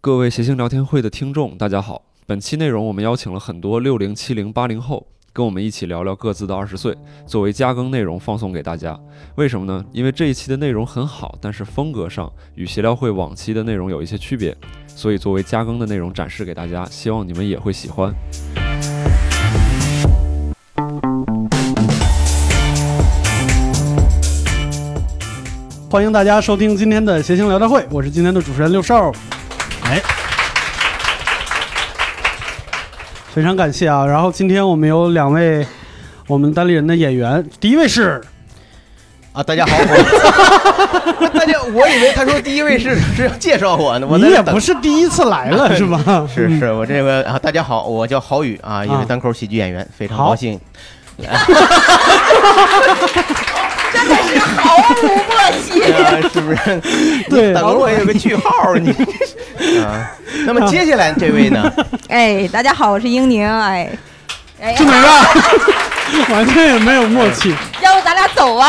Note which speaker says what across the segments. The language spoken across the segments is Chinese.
Speaker 1: 各位谐星聊天会的听众，大家好。本期内容我们邀请了很多六零、七零、八零后，跟我们一起聊聊各自的二十岁，作为加更内容放送给大家。为什么呢？因为这一期的内容很好，但是风格上与协聊会往期的内容有一些区别，所以作为加更的内容展示给大家，希望你们也会喜欢。
Speaker 2: 欢迎大家收听今天的谐星聊天会，我是今天的主持人六少。哎，非常感谢啊！然后今天我们有两位我们单立人的演员，第一位是
Speaker 3: 啊，大家好，我大家，我以为他 说第一位是是要介绍我呢，我
Speaker 2: 你
Speaker 3: 在这
Speaker 2: 也
Speaker 3: 等
Speaker 2: 不是第一次来了是吧？
Speaker 3: 是是我这个啊，大家好，我叫郝宇啊，也
Speaker 2: 啊
Speaker 3: 是单口喜剧演员，非常
Speaker 2: 好
Speaker 3: 高 兴。
Speaker 4: 真的是毫无默契。
Speaker 3: 啊，是不是？
Speaker 2: 对
Speaker 3: 等会儿我也有个句号， 你啊。 那么接下来这位呢？
Speaker 4: 哎，大家好，我是英宁。哎，哎，
Speaker 2: 就没 了，啊完全也没有默契，
Speaker 4: 要不咱俩走吧？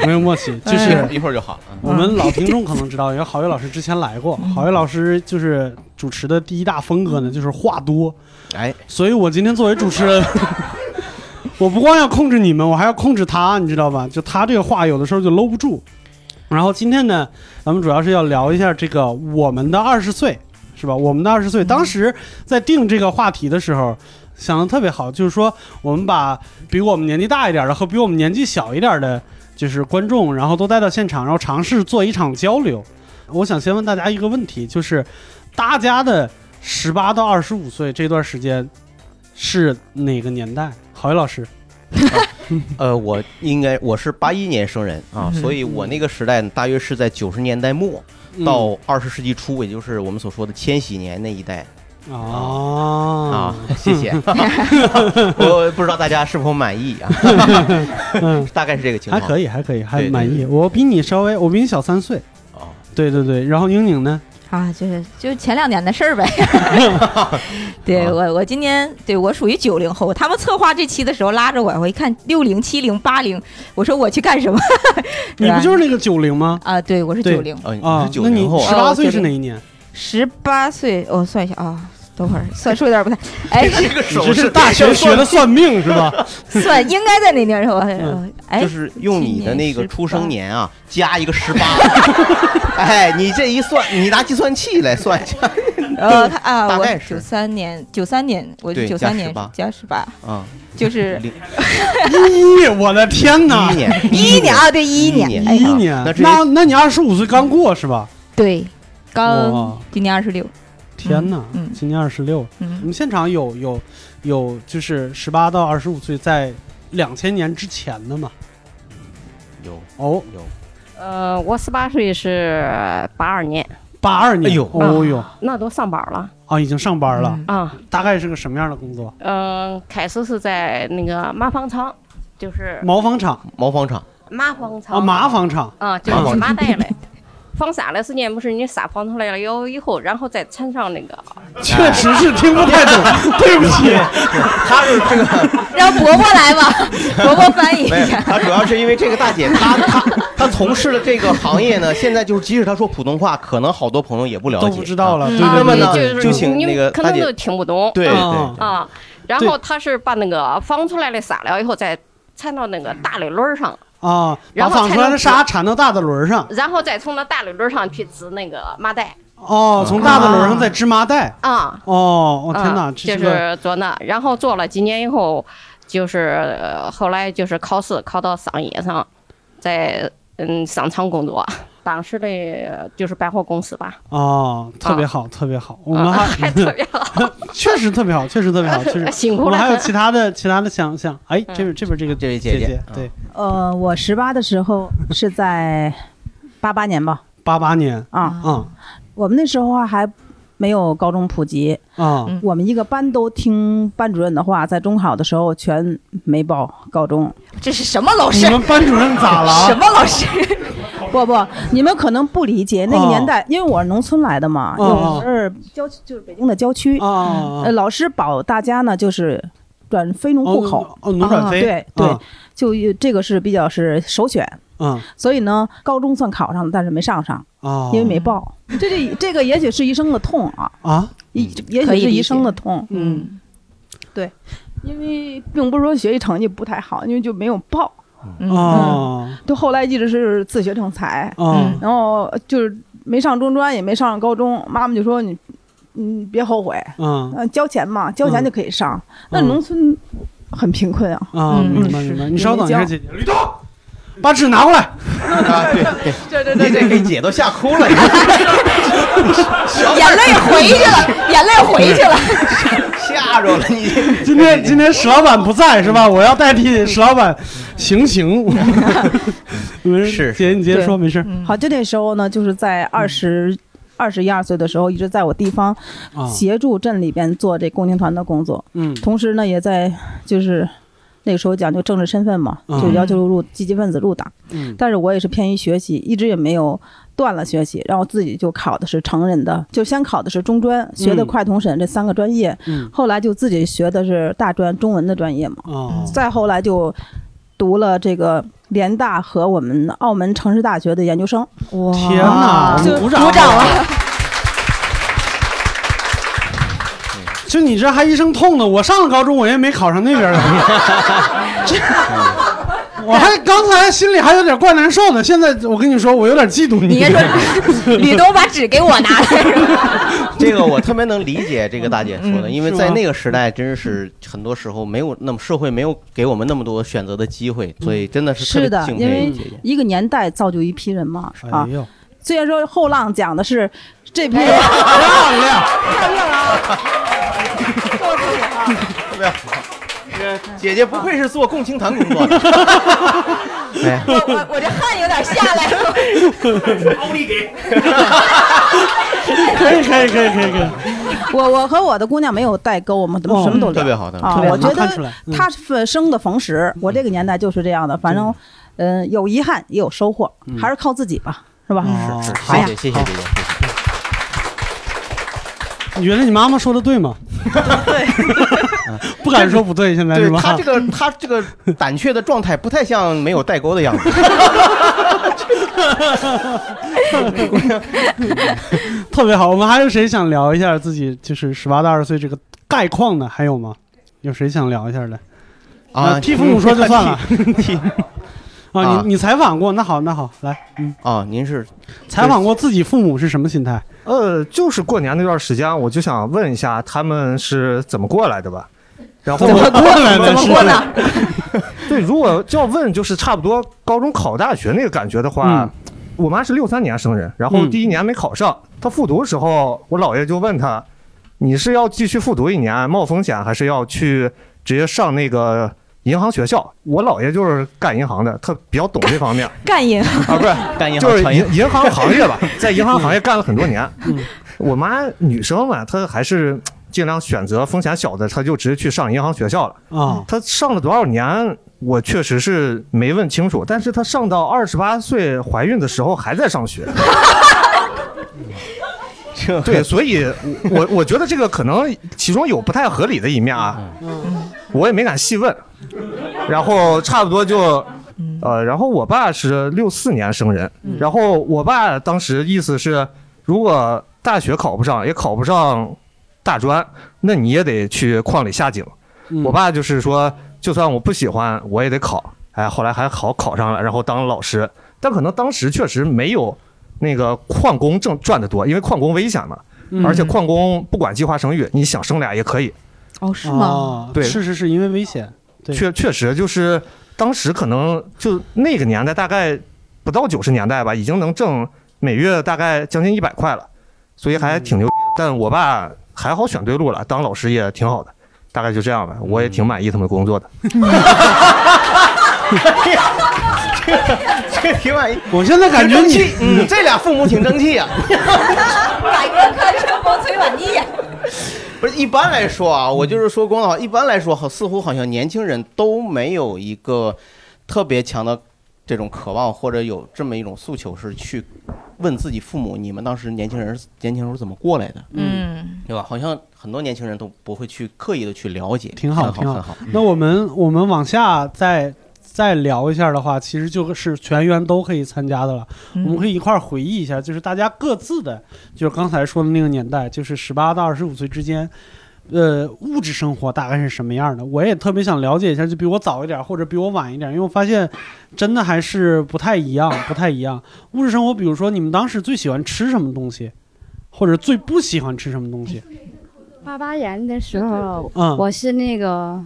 Speaker 4: 我
Speaker 2: 没有默契，就
Speaker 3: 一
Speaker 2: 是
Speaker 3: 会儿一会儿就好啊。
Speaker 2: 我们老听众可能知道，因为郝宇老师之前来过，郝宇老师就是主持的第一大风格呢，就是话多。
Speaker 3: 哎，
Speaker 2: 所以我今天作为主持人，我不光要控制你们，我还要控制他，你知道吧？就他这个话有的时候就搂不住。然后今天呢，咱们主要是要聊一下这个我们的二十岁，是吧？我们的二十岁，当时在定这个话题的时候。想的特别好，就是说我们把比我们年纪大一点的和比我们年纪小一点的，就是观众，然后都带到现场，然后尝试做一场交流。我想先问大家一个问题，就是大家的十八到二十五岁这段时间是哪个年代？郝宇老师，
Speaker 3: 呃，我应该我是八一年生人啊，所以我那个时代呢大约是在九十年代末
Speaker 2: 嗯
Speaker 3: 到二十世纪初，也就是我们所说的千禧年那一代。啊
Speaker 2: 啊，
Speaker 3: 谢 谢，我不知道大家是否满意啊，
Speaker 2: 嗯，
Speaker 3: 大概是这个情
Speaker 2: 还
Speaker 3: 况。
Speaker 2: 可以，还可以，还
Speaker 3: 对对
Speaker 2: 满意。
Speaker 3: 对
Speaker 2: 我比你稍微，我比你小三岁。
Speaker 3: 哦，
Speaker 2: 对对对，然后英宁 呢？
Speaker 4: 啊，就是就是前两年的事儿 呗。 对我，我今年对我属于九零后。他们策划这期的时候拉着我，我一看六零、七零、八零，我说我去干什么？
Speaker 2: 你不就是是那个九零吗？
Speaker 4: 吧啊？ 对，我是
Speaker 2: 对
Speaker 4: 九零，
Speaker 3: 哦，你
Speaker 2: 啊
Speaker 3: 是，九
Speaker 2: 那你
Speaker 3: 零后啊
Speaker 2: 十
Speaker 4: 啊
Speaker 2: 八
Speaker 4: 我
Speaker 2: 岁是
Speaker 4: 90
Speaker 2: 哪一年？
Speaker 4: 十八岁。我算一下啊，等会儿算数有点不太。 哎，
Speaker 3: 这个
Speaker 2: 你
Speaker 3: 手
Speaker 2: 这是大学学的算命是吧？
Speaker 4: 算应该在哪年时候？
Speaker 2: 嗯
Speaker 4: 哎，
Speaker 3: 就是用你的那个
Speaker 4: 17
Speaker 3: 出生年啊，加一个十八。哎，你这一算，你拿计算器来算一下
Speaker 4: 呃，他啊，
Speaker 3: 大
Speaker 4: 我
Speaker 3: 概是
Speaker 4: 九三年，九三年，我
Speaker 3: 对
Speaker 4: 九
Speaker 3: 加
Speaker 4: 三年
Speaker 3: 18
Speaker 4: 加十八，
Speaker 3: 啊，
Speaker 4: 就是
Speaker 3: 零
Speaker 2: 一，我的天哪
Speaker 3: 一！年，
Speaker 4: 一一年啊，对，一一
Speaker 3: 一
Speaker 4: 年，
Speaker 3: 年
Speaker 4: 哎，
Speaker 2: 一
Speaker 3: 啊
Speaker 2: 年
Speaker 3: 那，这
Speaker 2: 那那你二十五岁刚过是吧？
Speaker 4: 对，
Speaker 2: 哇
Speaker 4: 刚今年二十六，
Speaker 2: 天哪，
Speaker 4: 嗯嗯
Speaker 2: 今年二十六，我
Speaker 4: 嗯，
Speaker 2: 们现场有有有，就是十八到二十五岁，在两千年之前的嘛。
Speaker 3: 有
Speaker 2: 哦，
Speaker 3: 有，
Speaker 5: 呃，我十八岁是八二年，
Speaker 2: 八二年，
Speaker 3: 哎呦
Speaker 2: 哦呦，
Speaker 5: 那都上班儿了
Speaker 2: 啊，已经上班了，
Speaker 4: 啊嗯
Speaker 5: 啊。
Speaker 2: 大概是个什么样的工作？
Speaker 5: 嗯、开始是在那个麻纺厂，就是
Speaker 2: 毛纺厂
Speaker 3: 毛纺厂
Speaker 5: 麻纺厂
Speaker 2: 啊，麻纺厂，
Speaker 5: 啊，就
Speaker 3: 麻纺
Speaker 5: 是麻袋嘞。纺纱的时间不是你纱纺出来了以后，以后然后再缠上那个，
Speaker 2: 确实是听不太懂，对不起，
Speaker 3: 他是 这个，
Speaker 4: 让伯伯来吧，伯伯翻译一
Speaker 3: 没有，
Speaker 4: 下。
Speaker 3: 他主要是因为这个 大姐，她她她从事了这个行 业呢，现在就是即使她说普通话，可能好多朋友也不了解，
Speaker 2: 都不知道
Speaker 3: 了。
Speaker 2: 了。
Speaker 5: 嗯
Speaker 2: 对
Speaker 3: 那
Speaker 2: 对
Speaker 3: 么
Speaker 2: 对
Speaker 3: 呢
Speaker 2: 对
Speaker 3: 啊就请
Speaker 5: 你
Speaker 3: 那个
Speaker 5: 可
Speaker 3: 大
Speaker 5: 能
Speaker 3: 姐
Speaker 5: 都听不懂
Speaker 3: 对
Speaker 2: 啊
Speaker 3: 对，
Speaker 5: 啊。然后他是把那个纺出来的纱了以后再缠到那个大的轮儿上，
Speaker 2: 啊，把
Speaker 5: 然后
Speaker 2: 纺出来的
Speaker 5: 才能
Speaker 2: 纱缠到大的轮儿上，
Speaker 5: 然后再从那大的轮儿上去织那个麻袋
Speaker 3: 嗯
Speaker 2: 哦，从大的轮儿上再织麻袋。
Speaker 5: 啊。
Speaker 2: 哦，哦天
Speaker 5: 啊
Speaker 2: 哪，这
Speaker 5: 就是
Speaker 2: 个
Speaker 5: 是做那，然后做了几年以后，就是、呃后来就是考试考到商业上，在嗯商场工作，当时的呃就是百货公司吧，
Speaker 2: 哦，特别好，特别好，我们
Speaker 5: 啊
Speaker 2: 还
Speaker 5: 还特别好，
Speaker 2: 确实特别好，确实特别好，确实
Speaker 5: 辛
Speaker 2: 我
Speaker 5: 苦
Speaker 2: 们还有
Speaker 5: 了。
Speaker 2: 其他的其他的想想，哎，这边这边这个
Speaker 3: 这位姐
Speaker 2: 姐
Speaker 3: 姐，
Speaker 2: 对，
Speaker 6: 呃，我十八的时候是在八八年吧，
Speaker 2: 八八年，
Speaker 6: 啊，
Speaker 2: 啊
Speaker 6: 我们那时候啊还没有高中普及，
Speaker 2: 啊
Speaker 4: 嗯
Speaker 6: 我们一个班都听班主任的话，在中考的时候全没报高中。
Speaker 4: 这是什么老师
Speaker 2: 你？们班主任咋
Speaker 4: 什
Speaker 2: 了？
Speaker 4: 么老师？
Speaker 6: 不不，你们可能不理解那个
Speaker 2: 哦
Speaker 6: 年代，因为我是农村来的嘛，
Speaker 2: 哦
Speaker 6: 有时候郊区就是北京的郊区，
Speaker 2: 啊啊
Speaker 6: 呃，老师保大家呢就是转非农户口，
Speaker 2: 哦，哦奴转
Speaker 6: 啊
Speaker 2: 非，
Speaker 6: 对对，就这个是比较是首选。
Speaker 2: 嗯
Speaker 6: 所以呢，高中算考上了，但是没上上，
Speaker 3: 嗯
Speaker 2: 啊，
Speaker 6: 因为没报。这这这个也许是一生的痛啊，
Speaker 2: 啊，
Speaker 6: 也也
Speaker 4: 可
Speaker 6: 许
Speaker 4: 以
Speaker 6: 是
Speaker 4: 理解
Speaker 6: 一生的痛，
Speaker 4: 嗯
Speaker 6: 因为并不是说学习成绩不太好，因为就没有报，
Speaker 4: 嗯
Speaker 2: 哦
Speaker 6: 就后来一直是自学成才，
Speaker 2: 哦
Speaker 4: 嗯
Speaker 6: 然后就是没上中专，也没上高中，妈妈就说你，嗯，别后悔，
Speaker 2: 嗯
Speaker 6: 嗯，交钱嘛，交钱就可以上。那
Speaker 2: 嗯
Speaker 6: 农村很贫困啊，
Speaker 2: 啊，
Speaker 4: 嗯
Speaker 2: 明白
Speaker 6: 是
Speaker 2: 明白。
Speaker 6: 是
Speaker 2: 你稍等一
Speaker 6: 没
Speaker 2: 下，
Speaker 6: 教
Speaker 2: 姐姐，吕东，把纸拿过来。
Speaker 3: 啊，对对，
Speaker 6: 对对
Speaker 3: 你这给姐都吓哭了， 你
Speaker 4: 眼泪回去了，眼泪回去了。
Speaker 3: 吓着了 你。
Speaker 2: 今天今天史老板不在是吧？我要代替史老板行刑。 没事
Speaker 3: 嗯是
Speaker 2: 姐，你接着说，没事。
Speaker 4: 嗯
Speaker 6: 好，就那时候呢，就是
Speaker 2: 嗯
Speaker 6: 在二十二十一二岁的时候，一直在我地方
Speaker 2: 啊，
Speaker 6: 协助镇里边做这共青团的工作，
Speaker 2: 嗯
Speaker 6: 同时呢，也在就是那个时候讲究政治身份嘛，
Speaker 2: 嗯
Speaker 6: 就要求入积极分子入党。
Speaker 2: 嗯
Speaker 6: 但是我也是偏于学习，一直也没有断了学习，然后自己就考的是成人的，就先考的是中专，学的快同审这三个专业，
Speaker 2: 嗯
Speaker 6: 后来就自己学的是大专中文的专业嘛，
Speaker 2: 哦
Speaker 6: 再后来就读了这个联大和我们澳门城市大学的研究生，
Speaker 4: 哇
Speaker 2: 天哪，我
Speaker 6: 就
Speaker 2: 们鼓掌
Speaker 4: 啊
Speaker 2: 啊
Speaker 4: 鼓掌了！
Speaker 2: 就你这还一声痛呢，我上了高中我也没考上那边儿， 这我还刚才心里还有点怪难受呢，现在我跟你说，我有点嫉妒
Speaker 4: 你
Speaker 2: 你。
Speaker 4: 先说，吕东把纸给我拿来。
Speaker 3: 这个我特别能理解这个大姐说的，
Speaker 4: 嗯
Speaker 3: 因为
Speaker 2: 是
Speaker 3: 在
Speaker 2: 吗
Speaker 3: 那个时代，真是很多时候没有那么社会没有给我们那么多选择的机会，所以真的是特
Speaker 6: 是
Speaker 3: 别
Speaker 6: 的
Speaker 3: 敬
Speaker 6: 因
Speaker 3: 佩
Speaker 6: 为
Speaker 3: 姐姐。
Speaker 6: 一个年代造就一批人嘛，啊
Speaker 2: 哎，呦，
Speaker 6: 虽然说后浪讲的是这批 人。
Speaker 2: 漂亮！
Speaker 3: 姐姐不愧是做共青团工作的，哎，
Speaker 4: 我我我这汗有点下来了。
Speaker 2: 可以可以可以可以可以，
Speaker 6: 我我和我的姑娘没有代沟，我们
Speaker 2: 哦
Speaker 6: 什么都聊
Speaker 3: 特别好的，
Speaker 6: 啊
Speaker 2: 特别。好
Speaker 6: 我觉
Speaker 2: 能看出
Speaker 6: 得
Speaker 2: 来嗯
Speaker 6: 她是生的逢时，我这个年代就是这样的，反正嗯有遗憾也有收获，还是靠自己吧，是吧？
Speaker 2: 嗯
Speaker 3: 是
Speaker 2: 好呀
Speaker 3: 是，哎谢谢谢谢姐姐，谢
Speaker 2: 你觉得你妈妈说的对吗？ 对，不敢说不对，现在
Speaker 3: 谢。
Speaker 2: 是
Speaker 3: 对
Speaker 2: 吧？
Speaker 3: 她这个她这个胆怯的状态，不太像没有代沟的样 子。
Speaker 2: 特别好。我们还有谁想聊一下自己就是十八到二十岁这个概况呢？还有吗？有谁想聊一下的？
Speaker 3: 啊，
Speaker 2: 那替父母说就算了
Speaker 3: 替。
Speaker 2: 啊，
Speaker 3: 啊
Speaker 2: 你你采访过？那好，那好，来，嗯，
Speaker 3: 啊，您是
Speaker 2: 采访过自己父母是什么心态？
Speaker 7: 呃，就是过年那段时间，我就想问一下他们是怎么过来的吧。然后
Speaker 2: 怎么过 来的？
Speaker 4: 怎么过
Speaker 2: 是
Speaker 4: 呢？
Speaker 7: 对，如果就要问，就是差不多高中考大学那个感觉的话，
Speaker 2: 嗯
Speaker 7: 我妈是六三年生人，然后
Speaker 2: 嗯
Speaker 7: 第一年没考上，她复读的时候，我姥爷就问她，你是要继续复读一年冒风险，还是要去直接上那个银行学校？我姥爷就是干银行的，他比较懂这方面
Speaker 4: 干银行
Speaker 7: 啊，不是
Speaker 3: 干银
Speaker 7: 就
Speaker 3: 行
Speaker 7: 是
Speaker 3: 传
Speaker 7: 银
Speaker 3: 业，
Speaker 7: 银行行业 吧，在银行行业干了很多年
Speaker 2: 嗯。
Speaker 7: 我妈女生嘛，她还是尽量选择风险小的，她就直接去上银行学校了。
Speaker 2: 啊，
Speaker 7: 她上了多少年，我确实是没问清楚。但是她上到二十八岁怀孕的时候还在上 学。
Speaker 3: 这
Speaker 7: 对，所以我我我觉得这个可能其中有不太合理的一面啊，
Speaker 3: 嗯
Speaker 7: 我也没敢细问。然后差不多就，呃，然后我爸是六四年生人，
Speaker 2: 嗯
Speaker 7: 然后我爸当时意思是，如果大学考不上，也考不上大专，那你也得去矿里下井。
Speaker 2: 嗯
Speaker 7: 我爸就是说，就算我不喜欢，我也得考。哎，后来还好考上了，然后当老师。但可能当时确实没有那个矿工挣赚得多，因为矿工危险嘛，
Speaker 2: 嗯
Speaker 7: 而且矿工不管计划生育，你想生俩也可以。
Speaker 4: 哦，是吗？
Speaker 2: 啊，
Speaker 7: 对
Speaker 2: 是是是因为危险，对
Speaker 7: 确确实就是当时可能就那个年代，大概不到九十年代吧，已经能挣每月大概将近一百块了，所以还挺牛。但我爸还好选对路了，当老师也挺好的，大概就这样吧。我也挺满意他们工作的。
Speaker 3: 这挺满意。
Speaker 2: 我现在感觉
Speaker 3: 挺争
Speaker 2: 你
Speaker 3: 气，嗯，这俩父母挺争气呀、啊
Speaker 4: 改革开春风吹满地。
Speaker 3: 不是一般来说啊，我就是说公道话，一般来说好，似乎好像年轻人都没有一个特别强的这种渴望，或者有这么一种诉求，是去问自己父母，你们当时年轻人 年轻时候怎么过来的，
Speaker 4: 嗯，
Speaker 3: 对吧？好像很多年轻人都不会去刻意的去了解，
Speaker 2: 挺好
Speaker 3: 很
Speaker 2: 挺
Speaker 3: 好，
Speaker 2: 好
Speaker 3: 嗯很好。
Speaker 2: 那我们我们往下再再聊一下的话，其实就是全员都可以参加的了。我们可以一块儿回忆一下，就是大家各自的，就是刚才说的那个年代，就是十八到二十五岁之间。呃，物质生活大概是什么样的？我也特别想了解一下，就比我早一点或者比我晚一点，因为我发现真的还是不太一样，不太一样。物质生活，比如说你们当时最喜欢吃什么东西，或者最不喜欢吃什么东西？
Speaker 8: 八八年的时候，
Speaker 2: 嗯
Speaker 8: 我是那个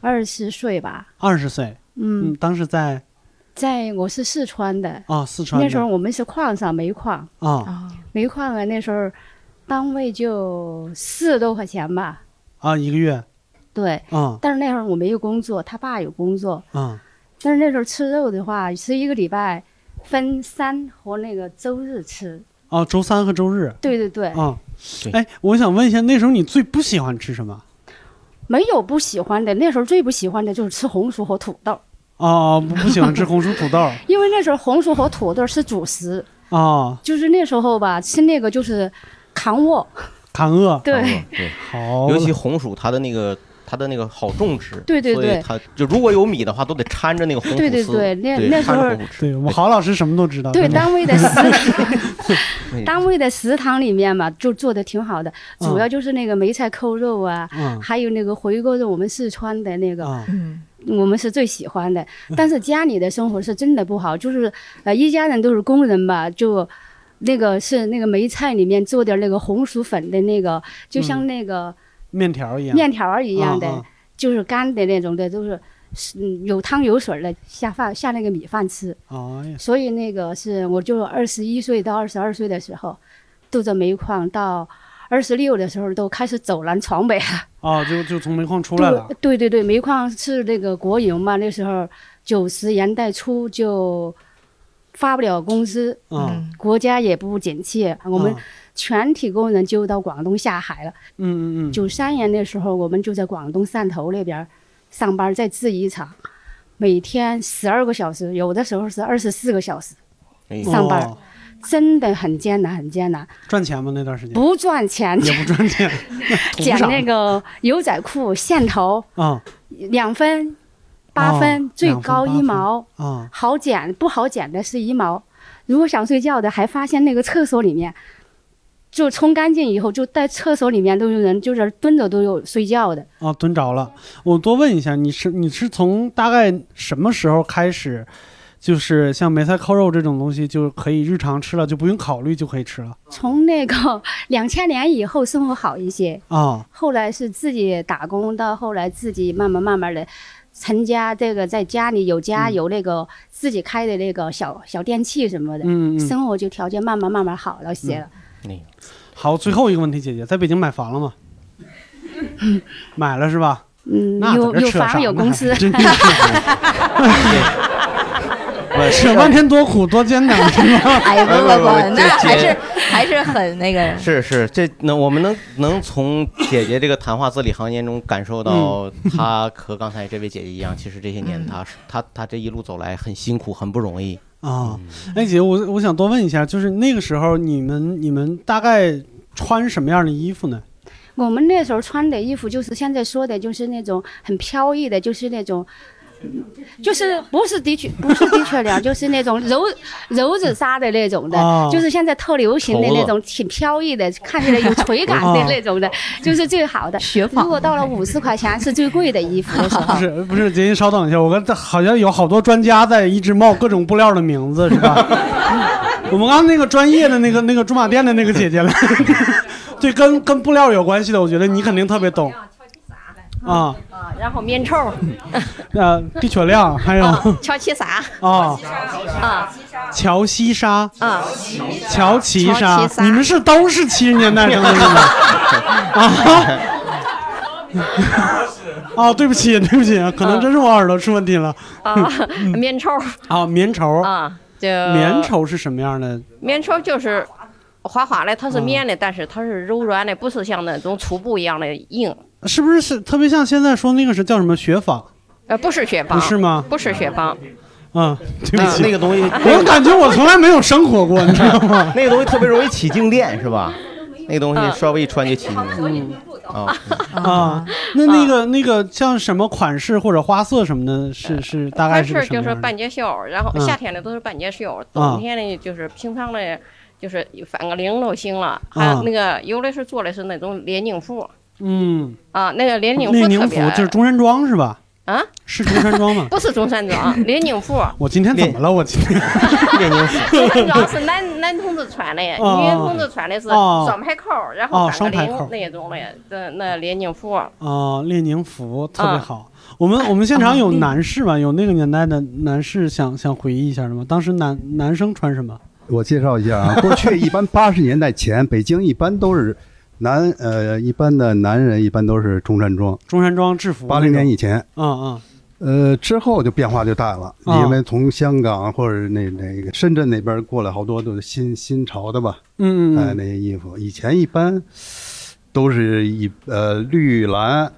Speaker 8: 二十岁吧，
Speaker 2: 二十岁，
Speaker 8: 嗯，
Speaker 2: 嗯，当时在
Speaker 8: 在我是四川的，
Speaker 2: 啊、四川的
Speaker 8: 那时候我们是矿上煤矿，
Speaker 2: 啊
Speaker 8: 煤矿啊，那时候单位就四十多块钱吧，
Speaker 2: 啊一个月
Speaker 8: 对。
Speaker 2: 啊
Speaker 8: 但是那会儿我没有工作，他爸有工作，
Speaker 3: 嗯
Speaker 2: 啊
Speaker 8: 但是那时候吃肉的话，是一个礼拜分三和那个周日吃。
Speaker 2: 啊，周三和周日
Speaker 8: 对对对，
Speaker 2: 啊
Speaker 3: 对。
Speaker 2: 哎，我想问一下，那时候你最不喜欢吃什么？
Speaker 8: 没有不喜欢的，那时候最不喜欢的就是吃红薯和土豆，
Speaker 2: 哦，不不喜欢吃红薯土豆
Speaker 8: 因为那时候红薯和土豆是主食，
Speaker 2: 啊，
Speaker 8: 就是那时候吧，吃那个就是扛饿，
Speaker 2: 扛饿。
Speaker 8: 对。
Speaker 3: 对，
Speaker 2: 好了，
Speaker 3: 尤其红薯，它的那个它的那个好种植，
Speaker 8: 对对
Speaker 3: 所以
Speaker 8: 对
Speaker 3: 它就如果有米的话，都得掺着那个红薯丝，
Speaker 8: 对对对那
Speaker 3: 对
Speaker 8: 那
Speaker 3: 掺着
Speaker 8: 时候
Speaker 3: 红薯吃
Speaker 2: 对我们郝老师什么都知道。
Speaker 8: 对
Speaker 2: 真的
Speaker 8: 单位的食
Speaker 3: 那
Speaker 8: 单位的食堂里面嘛，就做的挺好的，主要就是那个梅菜扣肉啊，
Speaker 2: 嗯
Speaker 8: 还有那个回锅肉，我们四川的那个、
Speaker 2: 啊
Speaker 4: 嗯
Speaker 8: 我们是最喜欢的。但是家里的生活是真的不好，就是呃一家人都是工人吧，就。那个是那个梅菜里面做点那个红薯粉的那个，就像那个
Speaker 2: 面条一样，
Speaker 8: 面条儿一样的，
Speaker 2: 啊
Speaker 8: 就是干的那种的，都是嗯有汤有水儿的下饭下那个米饭吃。
Speaker 2: 啊哎呀
Speaker 8: 所以那个是我就二十一岁到二十二岁的时候，住在煤矿，到二十六的时候都开始走南闯北了。
Speaker 2: 啊，就就从煤矿出来了
Speaker 8: 对对对，煤矿是那个国营嘛，那时候九十年代初就发不了工资，嗯
Speaker 2: 啊。
Speaker 8: 国家也不景气，我们
Speaker 2: 啊
Speaker 8: 全体工人就到广东下海了。
Speaker 2: 嗯嗯嗯，
Speaker 8: 九三年的时候，我们就在广东汕头那边儿上班，在制衣厂，每天十二个小时，有的时候是二十四个小时。
Speaker 3: 哎
Speaker 8: 上班
Speaker 2: 哦
Speaker 8: 真的很艰难，很艰难，
Speaker 2: 赚钱吗？那段时间
Speaker 8: 不赚钱，
Speaker 2: 也不赚钱，图
Speaker 8: 剪
Speaker 2: 啥
Speaker 8: 那个牛仔裤线头
Speaker 2: 啊
Speaker 8: 两分、八分，
Speaker 2: 哦
Speaker 8: 最高一毛，
Speaker 2: 啊
Speaker 8: 好剪不好剪的是一毛。如果想睡觉的，还发现那个厕所里面，就冲干净以后，就在厕所里面都有人就是蹲着都有睡觉的。
Speaker 2: 啊！蹲着了。我多问一下，你是你是从大概什么时候开始，就是像梅菜扣肉这种东西就可以日常吃了，就不用考虑就可以吃了
Speaker 8: 从那个 两千年以后，生活好一些。
Speaker 2: 啊？
Speaker 8: 后来是自己打工，到后来自己慢慢慢慢的成家，这个在家里有家、
Speaker 2: 嗯
Speaker 8: 有那个自己开的那个小小电器什么的，
Speaker 2: 嗯嗯。
Speaker 8: 生活就条件慢慢慢慢好了些了。
Speaker 2: 好，最后一个问题，姐姐在北京买房 了吗？买了是吧？
Speaker 8: 嗯，
Speaker 2: 那
Speaker 8: 有
Speaker 2: 在这
Speaker 8: 有
Speaker 2: 扯啥
Speaker 8: 房有
Speaker 2: 呢，
Speaker 8: 公 司
Speaker 2: 真 是扯半天多苦多艰难是吧？
Speaker 4: 哎不不
Speaker 3: 哎不不
Speaker 4: 不，
Speaker 3: 不
Speaker 4: 那
Speaker 3: 这
Speaker 4: 还
Speaker 3: 这
Speaker 4: 是还是很那 个，
Speaker 3: 是是，这能我们能能从姐姐这个谈话字里行间中感受到，
Speaker 8: 嗯
Speaker 3: 她和刚才这位姐姐一样，其实这些年她她她这一路走来很辛苦，很不容易。
Speaker 2: 啊，哎姐，我我想多问一下，就是那个时候你们你们大概穿什么样的衣服呢？
Speaker 8: 我们那时候穿的衣服就是现在说的，就是那种很飘逸的，就是那种。就是不是的确不是的确良，就是那种柔柔子纱的那种的，
Speaker 2: 哦
Speaker 8: 就是现在特流行的那种挺飘逸的，看起来有垂感
Speaker 2: 啊
Speaker 8: 的那种的，就是最好的。
Speaker 4: 雪
Speaker 8: 如
Speaker 4: 纺
Speaker 8: 果到了五十块钱是最贵的衣服的时
Speaker 2: 不
Speaker 8: 候，
Speaker 2: 啊是不是，姐姐稍等一下，我刚才好像有好多专家在一直冒各种布料的名字是吧？ 我们刚刚那个专业的那个那个驻马店的那个姐姐来， 对，跟跟布料有关系的，我觉得你肯定特别懂。啊，
Speaker 5: 啊，然后棉绸，
Speaker 2: 呃，地球亮，还有
Speaker 5: 啊，乔其纱，
Speaker 2: 啊，
Speaker 5: 啊，
Speaker 2: 乔西莎，
Speaker 5: 啊，
Speaker 2: 乔其
Speaker 5: 乔
Speaker 2: 莎
Speaker 5: 其，莎
Speaker 2: 你们是都是七十年代生的是 吗？啊，哦，对不起，对不起，可能真是我耳朵出问题了。
Speaker 5: 啊，棉绸，
Speaker 2: 啊，棉绸，
Speaker 5: 啊，就
Speaker 3: 呃
Speaker 2: 棉，绸是什么样的？
Speaker 5: 棉绸就是滑滑的，它是棉
Speaker 2: 嗯
Speaker 5: 的，但是它是柔软的，不是像那种粗布一样的硬，
Speaker 2: 是不是是特别像现在说那个是叫什么雪 纺？
Speaker 5: 呃，不是雪
Speaker 2: 不
Speaker 5: 纺，
Speaker 2: 是吗？
Speaker 5: 不是雪纺，
Speaker 2: 嗯， 对
Speaker 3: 那
Speaker 2: 不起，
Speaker 3: 啊那个东西，
Speaker 2: 我感觉我从来没有生活过， 你知道吗？
Speaker 3: 那个东西特别容易起静电，是吧？那个东
Speaker 5: 嗯
Speaker 8: 嗯
Speaker 3: 西稍微一穿就起静电。啊，
Speaker 2: 啊，那那个那个像什么款式或者花色什么的，是是大概
Speaker 5: 宽
Speaker 2: 是个
Speaker 5: 式
Speaker 2: 什
Speaker 5: 就
Speaker 2: 么
Speaker 5: 是
Speaker 2: 样的？
Speaker 5: 半截袖儿，然后
Speaker 2: 嗯
Speaker 5: 夏天的都是半截袖儿，
Speaker 2: 啊
Speaker 5: 冬天的就是平常的，就是反个领都行了。
Speaker 2: 啊
Speaker 5: 还有那个有的是做的是那种连领裤
Speaker 2: 嗯，
Speaker 5: 啊，那个连领
Speaker 2: 那
Speaker 5: 特
Speaker 2: 宁服
Speaker 5: 别
Speaker 2: 就是中山装是吧？
Speaker 5: 啊，
Speaker 2: 是中山
Speaker 5: ？
Speaker 2: 装吗
Speaker 5: 不是中 山装，连领裤，
Speaker 2: 我今天怎么了？我今天
Speaker 3: 列宁服
Speaker 5: 中山 装是男男同志穿的，女
Speaker 2: 哦
Speaker 5: 同志穿的是
Speaker 2: 哦
Speaker 5: 双排扣儿，然
Speaker 2: 哦
Speaker 5: 后反
Speaker 2: 双
Speaker 5: 个
Speaker 2: 排
Speaker 5: 领
Speaker 2: 扣儿
Speaker 5: 那种的，那那连领裤。
Speaker 2: 哦，列宁服特别
Speaker 5: 啊
Speaker 2: 好。我们我们现场有男士吗？有那个年代的男士想想回忆一下的吗？当时男男生穿什么？
Speaker 9: 我介绍一下 啊，过去一般八十年代前，北京一般都是男呃，一般的男人一般都是中山装。
Speaker 2: 中山装制服那
Speaker 9: 八
Speaker 2: 种。
Speaker 9: 零年以前，
Speaker 2: 嗯
Speaker 9: 呃，之后就变化就大了，
Speaker 2: 啊
Speaker 9: 因为从香港或者那那个深圳那边过来好多都是新新潮的吧，
Speaker 2: 嗯嗯
Speaker 9: 哎，
Speaker 2: 嗯
Speaker 9: 那些衣服以前一般都是一呃绿蓝，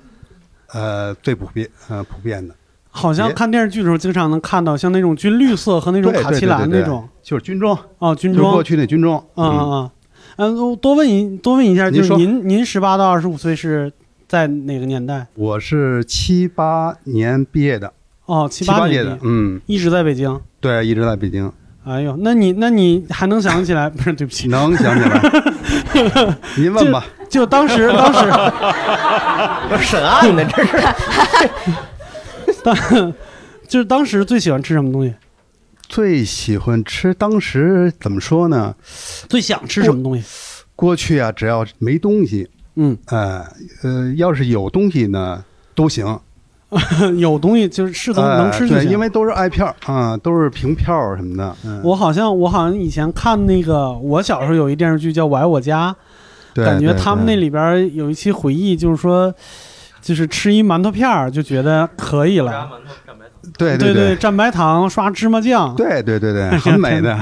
Speaker 9: 呃最普遍呃普遍的，
Speaker 2: 好像看电视剧的时候经常能看到，像那种军绿色和那种
Speaker 9: 对
Speaker 2: 卡其蓝那种。
Speaker 9: 就是军装，
Speaker 2: 哦，军
Speaker 9: 就是
Speaker 2: 装
Speaker 9: 过。去那军装，
Speaker 2: 啊啊
Speaker 9: 嗯，
Speaker 2: 啊！嗯，我多问一多问一下，
Speaker 9: 您
Speaker 2: 就是
Speaker 9: 说
Speaker 2: 您您十八到二十五岁是在哪个年代？
Speaker 9: 我是七八年毕业的，
Speaker 2: 哦，七
Speaker 9: 七八
Speaker 2: 年
Speaker 9: 届
Speaker 2: 代
Speaker 9: 的，嗯，
Speaker 2: 一直在北京。
Speaker 9: 对，一直在北京，
Speaker 2: 哎呦，那你那你还能想起来？ 不是，对不起，
Speaker 9: 能想 起来，您问吧，
Speaker 2: 就当时当时
Speaker 3: 不是审案呢，这是
Speaker 2: 就是当时最喜欢吃什么东西，
Speaker 9: 最喜欢吃当时怎么说呢？
Speaker 2: 最想吃什么东西？
Speaker 9: 过去啊，只要没东西，
Speaker 2: 嗯，
Speaker 9: 呃呃，要是有东西呢，都行。
Speaker 2: 有东西就是是能
Speaker 9: 呃，
Speaker 2: 能吃就
Speaker 9: 对，
Speaker 2: 行。
Speaker 9: 因为都是爱票啊、都是凭票什么的。嗯，
Speaker 2: 我好像我好像以前看那个，我小时候有一电视剧叫《我爱我家》，
Speaker 9: 对
Speaker 2: 感觉
Speaker 9: 对
Speaker 2: 他们那
Speaker 9: 对
Speaker 2: 里边儿有一期回忆，就是说，就是吃一馒头片儿就觉得可以了。
Speaker 9: 对
Speaker 2: 对
Speaker 9: 对
Speaker 2: 蘸白糖刷芝麻酱，
Speaker 9: 对对 对对，很美的。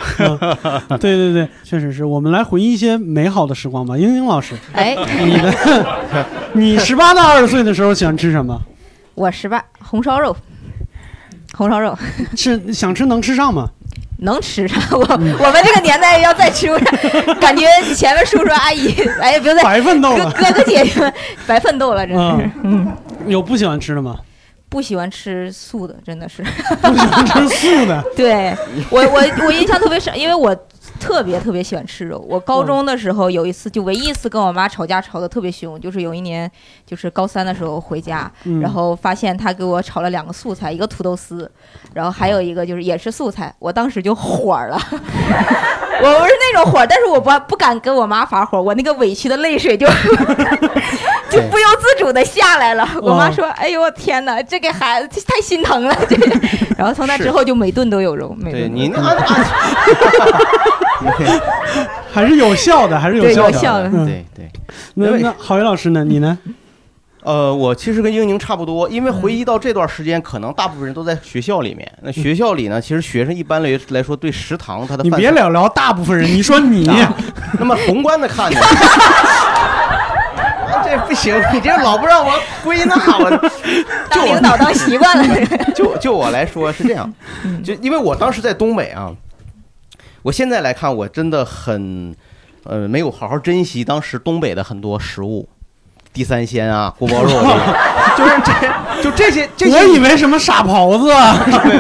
Speaker 2: 对对对，确实是我们来回忆一些美好的时光吧。英英老 师，
Speaker 4: 哎，
Speaker 2: 你的你十八到二十岁的时候喜欢吃什么？
Speaker 4: 我十八红烧肉，红烧肉
Speaker 2: 是想吃能吃上吗？嗯
Speaker 4: 能吃上，我我们这个年代要再吃不上，感觉呃前面叔叔阿姨，哎，别再
Speaker 2: 白奋斗
Speaker 4: 哥
Speaker 2: 了。
Speaker 4: 哥哥姐姐们白奋斗了，真的是
Speaker 2: 嗯，有不喜欢吃的吗？
Speaker 4: 不喜欢吃素的，真的是。
Speaker 2: 不喜欢吃素的。
Speaker 4: 对我我我印象特别深，因为我特别特别喜欢吃肉。我高中的时候有一次，就唯一一次跟我妈吵架吵得特别凶，就是有一年，就是高三的时候回家，
Speaker 2: 嗯
Speaker 4: 然后发现她给我炒了两个素菜，一个土豆丝，然后还有一个就是也是素菜，我当时就火了。 我不是那种火，但是我不不敢跟我妈发火，我那个委屈的泪水就 就不由自主的下来了。
Speaker 2: 嗯
Speaker 4: 我妈说：“哎呦，我天哪，这给孩子太心疼了。” 这，然后从那之后就每顿都有 肉，每
Speaker 3: 对
Speaker 4: 顿都
Speaker 3: 你那啊按按
Speaker 2: 还是有效的，还是
Speaker 4: 对
Speaker 2: 效
Speaker 4: 有效
Speaker 2: 的。
Speaker 4: 的
Speaker 2: 嗯
Speaker 3: 对对。
Speaker 2: 那
Speaker 3: 对
Speaker 2: 那郝云老师呢？你呢？
Speaker 3: 呃，我其实跟英宁差不多，因为回忆到这段时间，可能大部分人都在学校里面。那学校里呢，其实学生一般来来说对食堂他的
Speaker 2: 你
Speaker 3: 饭
Speaker 2: 别
Speaker 3: 菜
Speaker 2: 聊聊大部分人，你 说你
Speaker 3: 啊那么宏观的 看呢？这不行，你这老不让我归纳我。
Speaker 4: 当领导当习惯了。嗯
Speaker 3: 就就我来说是这样，就因为我当时在东北啊，我现在来看我真的很，呃，没有好好珍惜当时东北的很多食物，地三鲜啊，锅包肉 啊， 就是这就这些这些。
Speaker 2: 我以为什么傻狍子啊？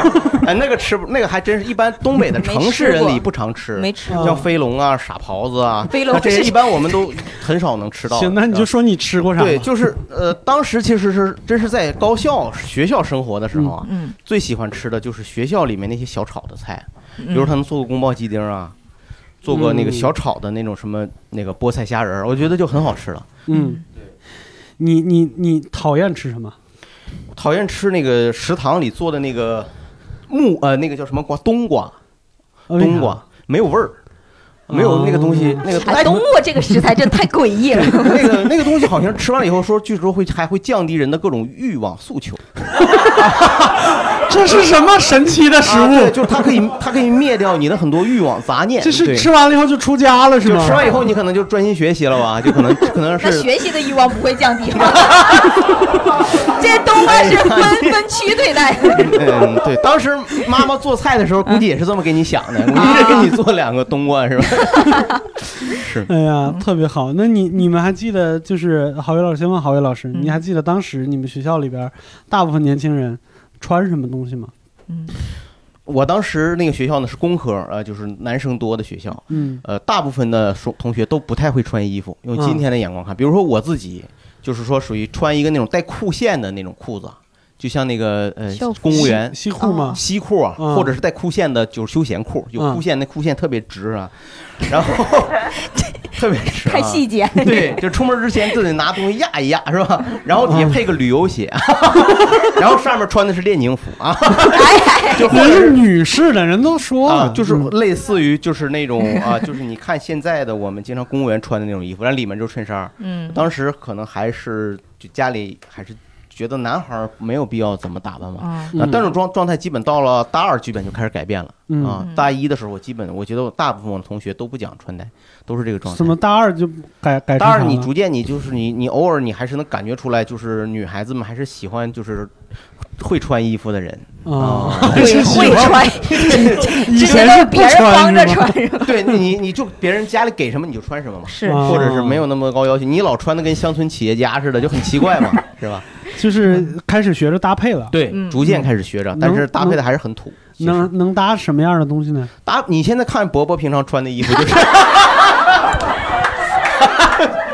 Speaker 3: 哎，那个吃不，那个还真是一般东北的城市人里不常吃，
Speaker 4: 没吃
Speaker 2: 过
Speaker 3: 像飞龙啊、傻狍子啊，
Speaker 4: 飞龙
Speaker 3: 那这些
Speaker 4: 是
Speaker 3: 一般我们都很少能吃到。
Speaker 2: 行，那你就说你吃过啥吧？
Speaker 3: 对，就是呃，当时其实是真是在高校学校生活的时候啊，
Speaker 4: 嗯，
Speaker 3: 最喜欢吃的就是学校里面那些小炒的菜，比
Speaker 2: 嗯
Speaker 4: 比
Speaker 3: 如他们做过宫保鸡丁啊，做过那个小炒的那种什么那个菠菜虾仁儿，我觉得就很好吃了。
Speaker 2: 嗯，你你你讨厌吃什么？
Speaker 3: 讨厌吃那个食堂里做的那个木呃那个叫什么瓜冬瓜，
Speaker 2: 呃为啥
Speaker 3: 冬瓜没有味儿，没有那个东西
Speaker 2: 哦
Speaker 3: 那个
Speaker 4: 哎，冬瓜这个食材真太诡异 了。
Speaker 3: 那个 那个东西好像吃完了以后说，据说会还会降低人的各种欲望诉求。
Speaker 2: 这是什么神奇的食
Speaker 3: 啊
Speaker 2: 物？
Speaker 3: 对，就是 它可以，它可以灭掉你的很多欲望、杂念。
Speaker 2: 这是
Speaker 3: 对
Speaker 2: 吃完了以后就出家了是
Speaker 3: 就
Speaker 2: 吗？
Speaker 3: 吃完以后，你可能就专心学习了 吧？就可能可能
Speaker 4: 那
Speaker 3: 是
Speaker 4: 学习的欲望不会降低 吗？这东瓜是分分区对待的。
Speaker 3: 嗯，对，当时妈妈做菜的时候，估计也是这么给你想的，估
Speaker 2: 啊
Speaker 3: 计是给你做两个冬瓜是吧？
Speaker 2: 哎呀，特别好。那
Speaker 3: 嗯
Speaker 2: 你你们还记得，就是郝宇老师，先问郝宇老师，你还记得当时你们学校里边大部分年轻人穿什么东西吗？
Speaker 3: 我当时那个学校呢是工科，呃，就是男生多的学校，
Speaker 2: 嗯
Speaker 3: 呃，大部分的同同学都不太会穿衣服。用今天的眼光看，比如说我自己，就是说属于穿一个那种带裤线的那种裤子，就像那个呃
Speaker 4: 校服
Speaker 3: 公务员
Speaker 2: 西西裤吗？
Speaker 3: 西裤啊，
Speaker 2: 嗯
Speaker 3: 或者是带裤线的，就是休闲裤，有
Speaker 2: 嗯
Speaker 3: 裤线那裤线特别直啊，然后特别直、啊，
Speaker 4: 看细节，
Speaker 3: 对，就出门之前就得拿东西压一压，是吧？然后
Speaker 2: 嗯
Speaker 3: 底下配个旅游鞋， 然后上面穿的是列宁服
Speaker 4: 哎
Speaker 3: 啊， 就或
Speaker 2: 人
Speaker 3: 者
Speaker 2: 是
Speaker 3: 是
Speaker 2: 女士的，人都说
Speaker 3: 啊
Speaker 2: 了，，
Speaker 3: 就是
Speaker 2: 嗯
Speaker 3: 类似于就是那种啊，就是你看现在的我们经常公务员穿的那种衣服，然后里面就是衬衫儿。
Speaker 4: 嗯，
Speaker 3: 当时可能还是就家里还是觉得男孩儿没有必要怎么打扮嘛。
Speaker 4: 啊，
Speaker 3: 啊，但是状状态基本到了大二，基本就开始改变了
Speaker 2: 嗯
Speaker 3: 啊。大一的时候，我基本我觉得我大部分我的同学都不讲穿戴，都是这个状态。
Speaker 2: 怎么大二就改改成
Speaker 3: 当然，
Speaker 2: 啥
Speaker 3: 你
Speaker 2: 了
Speaker 3: 逐渐你就是你你偶尔你还是能感觉出来，就是女孩子们还是喜欢就是会穿衣服的人
Speaker 2: 啊，
Speaker 3: 对
Speaker 2: 是喜
Speaker 4: 会
Speaker 2: 欢
Speaker 4: 穿，
Speaker 2: 以
Speaker 4: 之前
Speaker 2: 前
Speaker 4: 都
Speaker 2: 是
Speaker 4: 是
Speaker 2: 不
Speaker 4: 别人帮着
Speaker 2: 是吗
Speaker 4: 穿， 是吧
Speaker 3: 对你你就别人家里给什么你就穿什么嘛，
Speaker 4: 是
Speaker 2: 啊
Speaker 3: 或者是没有那么高要求，你老穿的跟乡村企业家似的就很奇 怪嘛，是吧？
Speaker 2: 就是开始学着搭配了。
Speaker 3: 对
Speaker 4: 嗯
Speaker 3: 逐渐开始学着
Speaker 2: 嗯，
Speaker 3: 但是搭配的还是很土。其实
Speaker 2: 能能搭什么样的东西呢？
Speaker 3: 搭啊你现在看伯伯平常穿的衣服就是，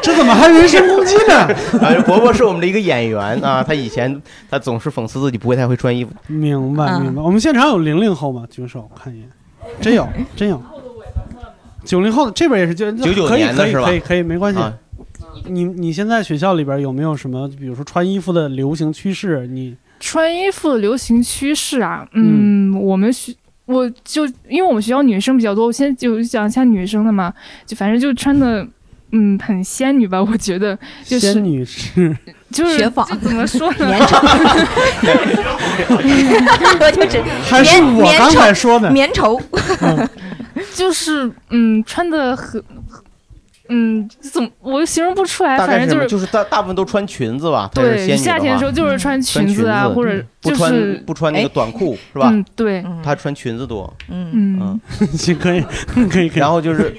Speaker 2: 这怎么还人身攻击 呢？
Speaker 3: 啊伯伯是我们的一个演员啊，他以前他总是讽刺自己不会太会穿衣服，
Speaker 2: 明白
Speaker 4: 嗯
Speaker 2: 明白。我们现场有零零后吗？举手我看一眼，真有真有。九零后的这边也是九
Speaker 3: 99
Speaker 2: 可以
Speaker 3: 年的
Speaker 2: 可以
Speaker 3: 是吧
Speaker 2: 可以可以，没关系。
Speaker 3: 啊
Speaker 2: 你你现在学校里边有没有什么，比如说穿衣服的流行趋势？你
Speaker 10: 穿衣服的流行趋势啊，嗯，我们学我就因为我们学校女生比较多，我先就讲一下女生的嘛，就反正就穿的。嗯，很仙女吧？我觉得就是
Speaker 2: 仙女是
Speaker 10: 就是
Speaker 4: 雪纺
Speaker 10: 就怎么说呢？
Speaker 4: 棉绸，我就只
Speaker 2: 还是
Speaker 4: 棉
Speaker 2: 我
Speaker 4: 棉
Speaker 2: 刚
Speaker 4: 绸
Speaker 2: 才说的？嗯
Speaker 4: 棉绸，
Speaker 10: 就是嗯，穿的很，嗯，怎么我形容不出来？
Speaker 3: 大概
Speaker 10: 哎反
Speaker 3: 是
Speaker 10: 正
Speaker 3: 什
Speaker 10: 就
Speaker 3: 么？就是
Speaker 10: 是
Speaker 3: 大大部分都穿裙子吧，她是仙女
Speaker 10: 对夏天的时
Speaker 3: 话
Speaker 10: 候就是穿
Speaker 3: 穿
Speaker 10: 裙子啊，
Speaker 3: 裙子嗯
Speaker 10: 或者
Speaker 3: 不
Speaker 10: 就
Speaker 3: 穿、
Speaker 10: 是
Speaker 3: 不穿那个
Speaker 4: 哎
Speaker 3: 短裤是吧？
Speaker 10: 嗯，对，
Speaker 3: 她穿裙子多，
Speaker 4: 嗯
Speaker 10: 嗯
Speaker 3: 嗯，
Speaker 2: 行，可以可以可以
Speaker 3: 然。后就是。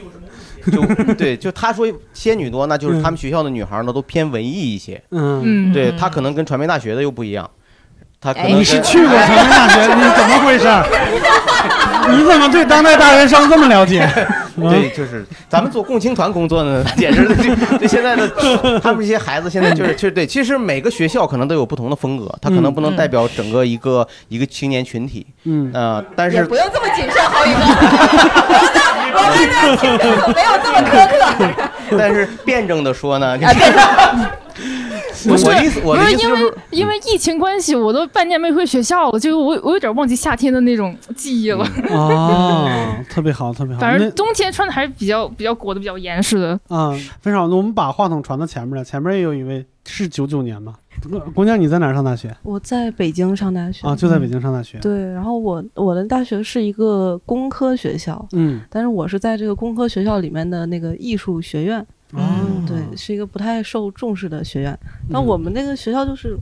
Speaker 3: 就对，就她说仙女多，那就是他们学校的女孩呢都偏文艺一些。
Speaker 2: 嗯，
Speaker 10: 嗯，
Speaker 3: 对她可能跟传媒大学的又不一样，她可
Speaker 4: 哎
Speaker 3: 能
Speaker 2: 你
Speaker 3: 跟
Speaker 2: 是去过传媒大学？你怎么回事儿？你怎么对当代大学生这么了解？ 嗯
Speaker 3: 对，就是咱们做共青团工作呢，简直就就现在的他们这些孩子现在就是就是对，其实每个学校可能都有不同的风格，他可能不能
Speaker 4: 嗯
Speaker 3: 代表整个一个一个青年群体。
Speaker 2: 嗯，
Speaker 3: 呃，但
Speaker 4: 也
Speaker 3: 是
Speaker 4: 不用这么谨慎，郝宇哥， 我们的听众没有这么苛刻。
Speaker 3: 但是辩证的说 呢，就
Speaker 4: 啊
Speaker 3: 是
Speaker 4: 辩证
Speaker 3: 哎 我我的意思我
Speaker 10: 不
Speaker 3: 的
Speaker 10: 是
Speaker 3: 意思
Speaker 10: 因
Speaker 3: 就
Speaker 10: 为
Speaker 3: 是
Speaker 10: 因为疫情关系，我都半年没回学校了，就我我有点忘记夏天的那种记忆了。
Speaker 2: 嗯哦， 特别好，特别好。
Speaker 10: 反
Speaker 2: 那
Speaker 10: 正冬天穿的还是比较比较裹得比较严实的。
Speaker 2: 啊、非常好。那我们把话筒传到前面来，前面也有一位是九九年吗？姑娘，你在哪儿上大学
Speaker 11: 我在北京上大学嗯
Speaker 2: 啊？就在北。京上大学。
Speaker 11: 对，然后我我的大学是一个工科学校，
Speaker 2: 嗯，
Speaker 11: 但是我是在这个工科学校里面的那个艺术学院，
Speaker 2: 嗯
Speaker 11: 对，是一个不太受重视的学院。但我们那个学校就是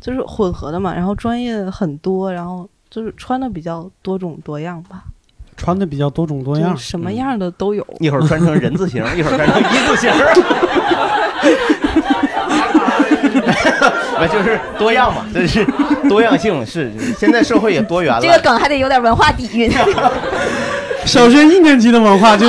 Speaker 11: 就是混合的嘛，然后专业很多，然后就是穿的比较多种多样吧，
Speaker 2: 穿的比较多种多
Speaker 11: 就
Speaker 2: 样嗯
Speaker 11: 是。什么样的都有。
Speaker 3: 一会儿穿成人字形，一会儿穿成一字形， 不 就是多样 嘛？这是多样性是，现在社会也多元了。
Speaker 4: 这个梗还得有点文化底 蕴。
Speaker 2: 小学一 年级的文化就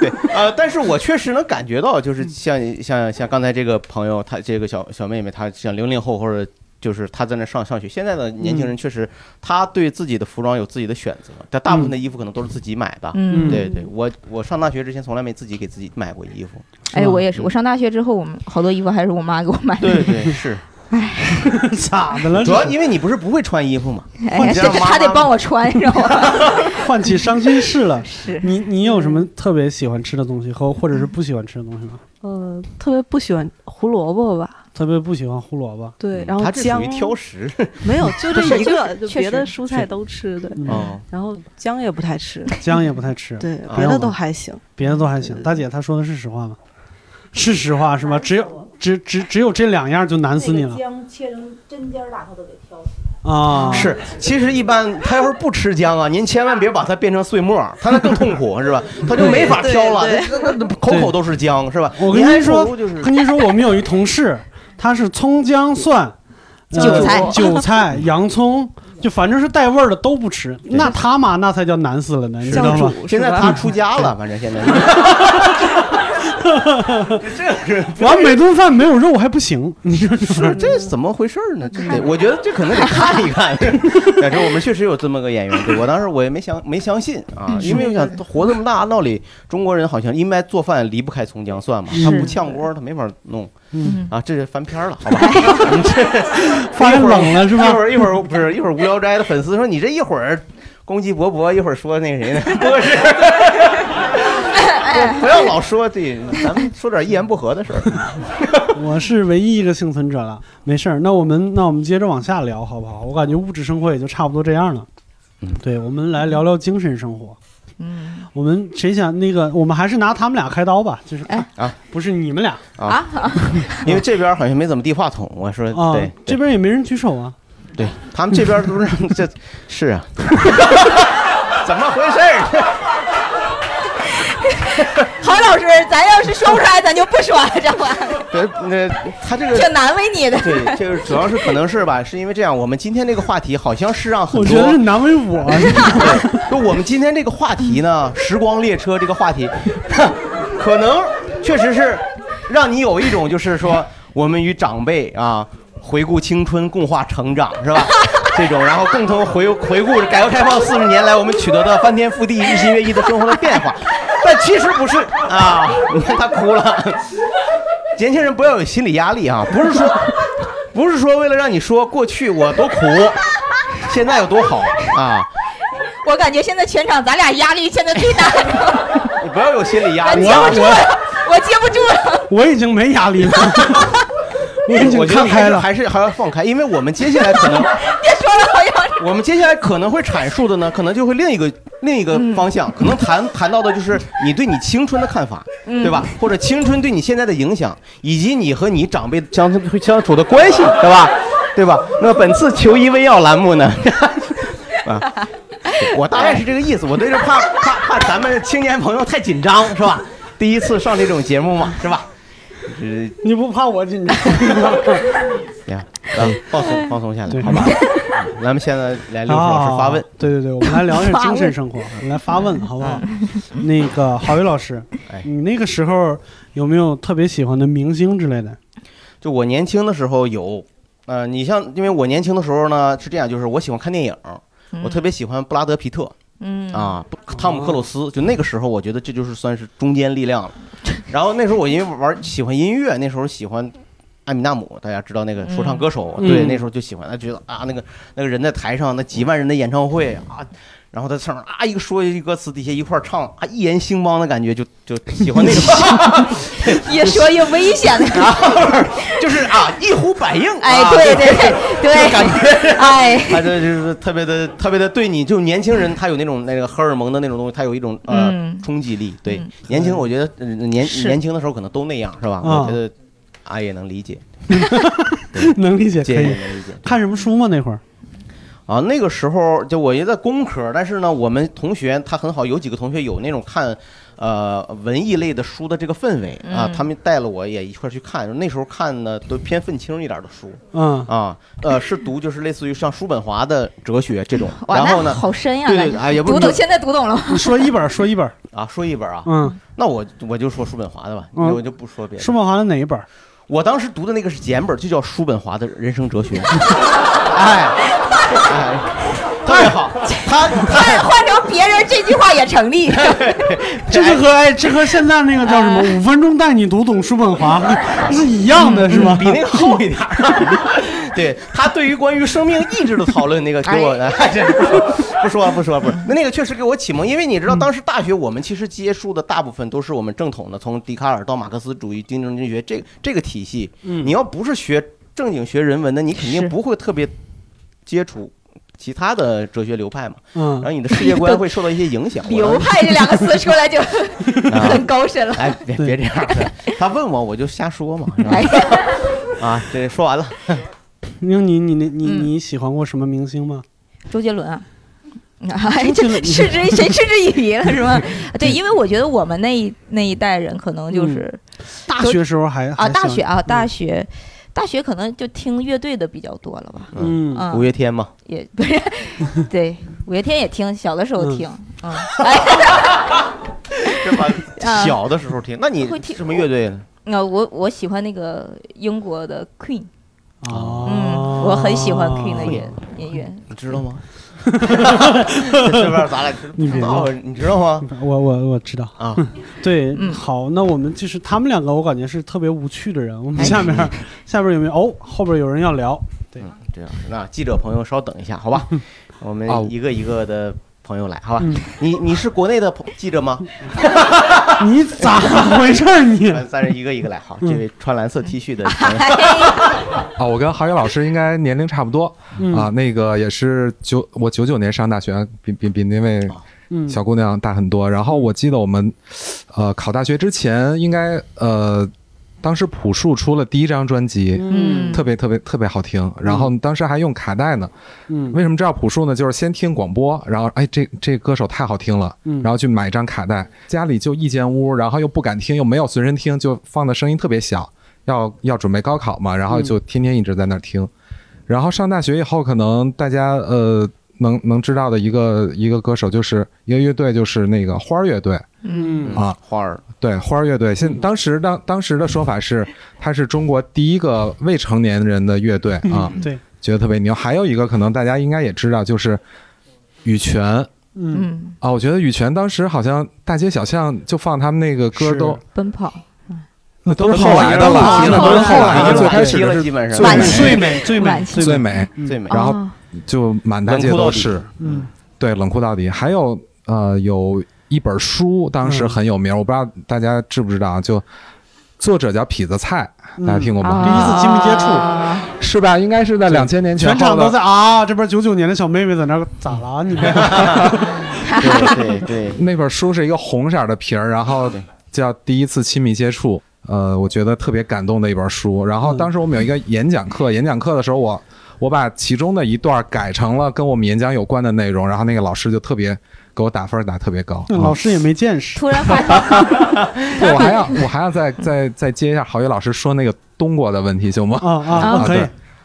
Speaker 3: 对，呃，但是我确实能感觉到，就是像像像刚才这个朋友，她这个小小妹妹，她像零零后或者。就是她在那上上学，现在的年
Speaker 2: 嗯
Speaker 3: 轻人确实，她对自己的服装有自己的选择，但大部分的衣服可能都是自己买的。
Speaker 2: 嗯
Speaker 3: 对对，我我上大学之前从来没自己给自己买过衣服。
Speaker 4: 哎，我也
Speaker 3: 嗯
Speaker 4: 是，我上大学之后，我们好多衣服还是我妈给我买的。
Speaker 3: 对对 是，
Speaker 2: 咋的了？
Speaker 3: 主要因为你不是不会穿衣服嘛，
Speaker 4: 哎，
Speaker 3: 这
Speaker 4: 是
Speaker 3: 样啊妈妈
Speaker 4: 她得帮我 穿，知道吗？
Speaker 2: 唤起伤心事 了。
Speaker 4: 是，
Speaker 2: 你你有什么特
Speaker 11: 嗯
Speaker 2: 别喜欢吃的东西和或者是不喜欢吃的东西吗？
Speaker 11: 呃，特别不喜欢胡萝卜吧，
Speaker 2: 特别不喜欢胡萝卜。嗯
Speaker 3: 嗯
Speaker 11: 对，然后姜
Speaker 3: 食，
Speaker 11: 没有，就这一个，就
Speaker 2: 确实
Speaker 11: 别的蔬菜都吃，对
Speaker 2: 嗯哦。
Speaker 11: 然后姜也不太吃，
Speaker 2: 姜也不太吃，
Speaker 11: 对
Speaker 2: 啊
Speaker 11: 别的都还嗯行
Speaker 2: 别的都还行。大姐她说的是实话 吗？是实话是吗？只有只只只有这两样就难死你了
Speaker 6: 姜切成针尖儿大，它都得挑。
Speaker 2: 啊！
Speaker 3: 是，其实一般他要是不吃姜啊，您千万别把它变成碎末儿，他那更痛苦是吧？他就没法挑了，
Speaker 2: 对
Speaker 3: 那那那 口口都是姜是吧？
Speaker 2: 我跟
Speaker 3: 还
Speaker 2: 您
Speaker 3: 不
Speaker 2: 说
Speaker 3: 如就是，
Speaker 2: 跟您说，我们有一同事，他是葱姜蒜、呃
Speaker 3: 韭菜
Speaker 2: 韭菜、洋葱，就反正是带味儿的都不吃。那他妈那才叫难死了呢，你知道吗？
Speaker 3: 现在他出 家了，反正现在这是
Speaker 2: 完每顿饭没有肉还不 行，你说
Speaker 3: 是这怎么回事呢？这得，我觉得这可能得看一看。 反正我们确实有这么个演 员，对我当时我也没相没相信啊，
Speaker 2: 嗯
Speaker 3: 因为我想活这么大，按道理中国人好像应该做饭离不开葱姜蒜嘛，他
Speaker 2: 是
Speaker 3: 不炝锅他没法弄。
Speaker 2: 嗯
Speaker 3: 啊，这是翻篇了，好吧？ 你这
Speaker 2: 发现冷了是吧
Speaker 3: 一会儿一会儿不是一会儿无聊斋的粉丝说你这一会儿攻击博博，一会儿说 那个谁呢？博士。不要老说这，咱们说点一言不合的事儿。
Speaker 2: 我是唯一一个幸存者了，没事儿。那我们那我们接着往下聊，好不好？我感觉物质生活也就差不多这样了。
Speaker 3: 嗯
Speaker 2: 对，我们来聊聊精神生活。嗯，我们谁想那个？我们还是拿他们俩开刀吧，就是
Speaker 3: 啊，
Speaker 2: 不是你们俩
Speaker 3: 啊， 因为这边好像没怎么递话筒，我说
Speaker 2: 啊
Speaker 3: 对，
Speaker 2: 这边也没人举手啊。
Speaker 3: 对他们这边都是这是 啊，怎么回事儿？
Speaker 4: 郝老师，咱要是说不出来，咱就不说了，这话
Speaker 3: 对，呃那他这个
Speaker 4: 挺难为你的。
Speaker 3: 对，这个主要是可能是吧，是因为这样，我们今天这个话题好像是让很
Speaker 2: 我
Speaker 3: 多
Speaker 2: 觉得是难为 我。啊
Speaker 3: 就我们今天这个话题呢，时光列车这个话题， 可能确实是让你有一种就是说，我们与长辈啊回顾青春，共话成长，是吧？ 这种，然后共同回回顾改革开放四十年来我们取得的翻天覆地、日新月异的生活的变化，但其实不是啊！你看他哭了， 年轻人不要有心理压力啊，不是说不是说为了让你说过去我 多苦，现在有多好啊。
Speaker 4: 我感觉现在全场咱俩压力现在最大，
Speaker 3: 你不要有心理压力。啊
Speaker 4: 接不住了，我接不住了。
Speaker 2: 我已经没压 力了，我已经
Speaker 3: 我觉得
Speaker 2: 看开了。
Speaker 3: 还是还是还要放开，因为我们接下来可 能
Speaker 4: 别说了，好像
Speaker 3: 我们接下来可能会阐述的呢，可能就会另一个另一个
Speaker 4: 嗯
Speaker 3: 方向，可能谈谈到的就是你对你青春的看法，
Speaker 4: 嗯
Speaker 3: 对吧？或者青春对你现在的影响，以及你和你长辈相相处的关 系，对吧？对吧？那本次求医问药栏目呢？啊， 我大概是这个意思。我对这怕怕怕咱们青年朋友太紧张，是吧？第一次上这种节目嘛，是吧？是
Speaker 2: 你不怕我 紧张？
Speaker 3: 呀，咱
Speaker 2: 哎
Speaker 3: 们放松放松下来，好吧？咱们现在来刘
Speaker 2: 啊，
Speaker 3: 老师发问，
Speaker 2: 对对对，我们 来聊一下
Speaker 3: 发
Speaker 2: 精
Speaker 3: 问
Speaker 2: 神生 活，我们来发问好不
Speaker 3: 哎
Speaker 2: 好？那个郝宇老师，你那个时候有没有特别喜欢的明星之类的？
Speaker 3: 就我年轻的时候有，呃，你像，因为我年轻的时候呢是这样，就是我喜欢看电影，我特别喜欢布拉德皮特，
Speaker 4: 嗯
Speaker 3: 啊，不汤姆克鲁斯，就那个时候我觉得这就是算是中坚力量了。然后那时候我因为玩喜欢音乐，那时候喜欢。艾米纳姆，大家知道那个说唱歌手，
Speaker 2: 嗯
Speaker 3: 对，
Speaker 2: 嗯
Speaker 3: 那时候就喜欢，他觉得啊，那个那个人在台上，那几万人的演唱会啊，然后他上面啊一个说一句歌词，底下一块儿唱啊，一言兴邦的感觉，就就喜欢那种，
Speaker 4: 越说越危险了。
Speaker 3: 就是啊，一呼百应。
Speaker 4: 哎
Speaker 3: 啊
Speaker 4: 对对对
Speaker 3: 就感觉
Speaker 4: 哎
Speaker 3: 他这就是特别的特别的对你，就年轻人他有那种那个荷尔蒙的那种东西，他有一种呃
Speaker 4: 嗯
Speaker 3: 冲击力。对，年轻我觉得呃年
Speaker 4: 是
Speaker 3: 年轻的时候可能都那样，是吧？
Speaker 2: 啊
Speaker 3: 我觉得啊也能理解，
Speaker 2: 能理解，可
Speaker 3: 建议
Speaker 2: 以
Speaker 3: 能。理解。
Speaker 2: 看什么书吗？那会儿
Speaker 3: 啊，那个时候就我也在工科，但是呢，我们同学他很好，有几个同学有那种看呃文艺类的书的这个氛围啊
Speaker 2: 嗯，
Speaker 3: 他们带了我也一块儿去看。那时候看呢都偏愤青一点的书，
Speaker 2: 嗯
Speaker 3: 啊，呃是读就是类似于像叔本华的哲学这种，
Speaker 4: 哇，
Speaker 3: 然后
Speaker 4: 那
Speaker 3: 呢
Speaker 4: 好深呀！
Speaker 3: 对
Speaker 4: 感
Speaker 3: 对
Speaker 4: 觉
Speaker 3: 啊也不
Speaker 4: 读懂，
Speaker 3: 你
Speaker 4: 现在读懂了吗。
Speaker 2: 你说一本，说一本。
Speaker 3: 啊说一本啊，
Speaker 2: 嗯，
Speaker 3: 那我我就说叔本华的吧，
Speaker 2: 嗯
Speaker 3: 我就不说别的
Speaker 2: 舒。曼华的哪一本？
Speaker 3: 我当时读的 那个是简本，就叫叔本华的人生哲学。哎，哎，特别好。他
Speaker 4: 换换成别人这句话也成 立。
Speaker 2: 这就和哎，这和现在那个叫什么“
Speaker 3: 哎
Speaker 2: 五分钟带你读懂叔本华” 是一样的，是吧？
Speaker 3: 嗯比那个厚一点。 对他对于关于生命意志的讨论，那个给我的 不说了不说了不说，那那个确实给我启蒙，因为你知道当时大学我们其实接触的大部分都是我们正统的，从笛卡尔到马克思主义、经济经济学这这个体系，你要不是学正经学人文的，你肯定不会特别接触。其他的哲学流派嘛，
Speaker 2: 嗯，
Speaker 3: 然后你的世界观会受到一些影响。我
Speaker 4: 流派这两个词出 来就很高深了。
Speaker 3: 哎，别别这样，他问我我就瞎说嘛，是
Speaker 4: 哎
Speaker 3: 吧？啊，这说完了。
Speaker 2: 你你你你你
Speaker 3: 嗯
Speaker 2: 你喜欢过什么明星吗？
Speaker 4: 周杰 伦啊。哎，这嗤之谁嗤之以鼻了是 吗？对，因为我觉得我们那一那一代人可能就是
Speaker 2: 嗯大学时候还嗯
Speaker 4: 啊，大学，
Speaker 2: 还
Speaker 4: 啊，大学，大学可能就听乐队的比较多了吧。
Speaker 2: 嗯
Speaker 4: 嗯
Speaker 3: 五月天嘛，
Speaker 4: 也不是，对，五月天也听，小的时候听，嗯，
Speaker 3: 是吧
Speaker 4: 啊？
Speaker 3: 小的时候听，那你
Speaker 4: 会听
Speaker 3: 什么 乐队啊呢？
Speaker 4: 那、我我喜欢那个英国的 Queen，
Speaker 2: 哦，
Speaker 4: 嗯，我很喜欢 Queen 的乐音乐，
Speaker 3: 你啊知道吗？ 这边 咱俩知
Speaker 2: 你
Speaker 12: 嗯
Speaker 2: 别
Speaker 3: 道，你知道吗？
Speaker 2: 我我我知道
Speaker 3: 啊，
Speaker 2: 对，
Speaker 4: 嗯
Speaker 2: 好，那我们就是他们两个，我感觉是特别无趣的人。我
Speaker 3: 哎
Speaker 2: 们下 面下边有没有？哦，后边有人要聊，对，
Speaker 3: 嗯这样，那记者朋友稍等一下，好 吧？我们
Speaker 1: 啊
Speaker 3: 一个一个的朋友来，好
Speaker 2: 嗯
Speaker 3: 吧？你你是国内的朋记者吗？
Speaker 2: 你咋回事儿你？
Speaker 3: 咱咱是一个一个来，好，这位穿蓝色 T 恤的朋友，
Speaker 12: 啊，我跟郝宇老师应该年龄差不多、
Speaker 2: 嗯
Speaker 12: 啊，那个也是九我九九年上大学，比比比那位
Speaker 2: 嗯
Speaker 12: 小姑娘大很多。然后我记得我们呃考大学之前，应该呃当时朴树出了第一张专辑，
Speaker 2: 嗯
Speaker 12: 特别特别特别好听，然后当时还用卡带呢。
Speaker 2: 嗯
Speaker 12: 为什么知道朴树呢？就是先听广播，然后哎这这歌手太好听了
Speaker 2: 嗯，
Speaker 12: 然后去买一张卡带，家里就一间屋，然后又不敢听，又没有随身听，就放的声音特别小。要要准备高考嘛，然后就天天一直在那儿听。然后上大学以后，可能大家呃能能知道的一个一个歌手，就是一个乐队，就是那个花儿乐队。
Speaker 2: 嗯
Speaker 12: 啊，
Speaker 3: 花儿
Speaker 12: 对花儿乐队，现当时当当时的说法是，它是中国第一个未成年人的乐队啊，
Speaker 2: 嗯对，
Speaker 12: 觉得特别牛。还有一个可能大家应该也知道，就是羽泉
Speaker 2: 嗯，
Speaker 4: 嗯，
Speaker 12: 啊，我觉得羽泉当时好像大街小巷就放他们那个歌都，
Speaker 4: 奔跑，
Speaker 12: 那都
Speaker 2: 都是
Speaker 12: 是
Speaker 2: 后
Speaker 12: 后
Speaker 2: 来
Speaker 12: 来
Speaker 2: 的
Speaker 12: 的
Speaker 2: 了
Speaker 12: 了，那都是后
Speaker 3: 已
Speaker 12: 来的，
Speaker 3: 经
Speaker 12: 最开
Speaker 3: 晚期
Speaker 12: 始的
Speaker 3: 了，
Speaker 12: 是
Speaker 3: 基本上
Speaker 4: 晚期
Speaker 2: 最美最美
Speaker 4: 晚期
Speaker 12: 最美，
Speaker 3: 最美。
Speaker 12: 然后
Speaker 4: 哦
Speaker 12: 就满大街都是，
Speaker 2: 嗯，
Speaker 12: 对，冷酷到底。还有呃，有一本书当
Speaker 2: 嗯
Speaker 12: 时很有名，我不知道大家知不知道，啊就作者叫痞子蔡，
Speaker 2: 嗯
Speaker 12: 大家听过
Speaker 2: 第
Speaker 12: 吗？
Speaker 2: 一次亲密接触，
Speaker 4: 啊
Speaker 12: 是吧？应该是在两千年前
Speaker 2: 全场
Speaker 12: 后
Speaker 2: 都
Speaker 12: 的
Speaker 2: 在啊，这边九九年的小妹妹在那儿咋了？啊你 们
Speaker 3: 对对对，
Speaker 12: 那本书是一个红色的皮儿，然后叫《第一次亲密接触》。呃，我觉得特别感动的一本书。然后
Speaker 3: 嗯
Speaker 12: 当时我们有一个演讲课，演讲课的时候我我把其中的一段改成了跟我们演讲有关的内容，然后那个老师就特别给我打分儿打特别高。
Speaker 2: 那
Speaker 12: 啊
Speaker 3: 哦
Speaker 2: 老师也没见识，
Speaker 4: 突然发现，
Speaker 12: 对， 我还要我还要再再再接一下郝宇老师说那个冬瓜的问题，行吗？
Speaker 2: 啊啊，
Speaker 12: 啊
Speaker 2: 可以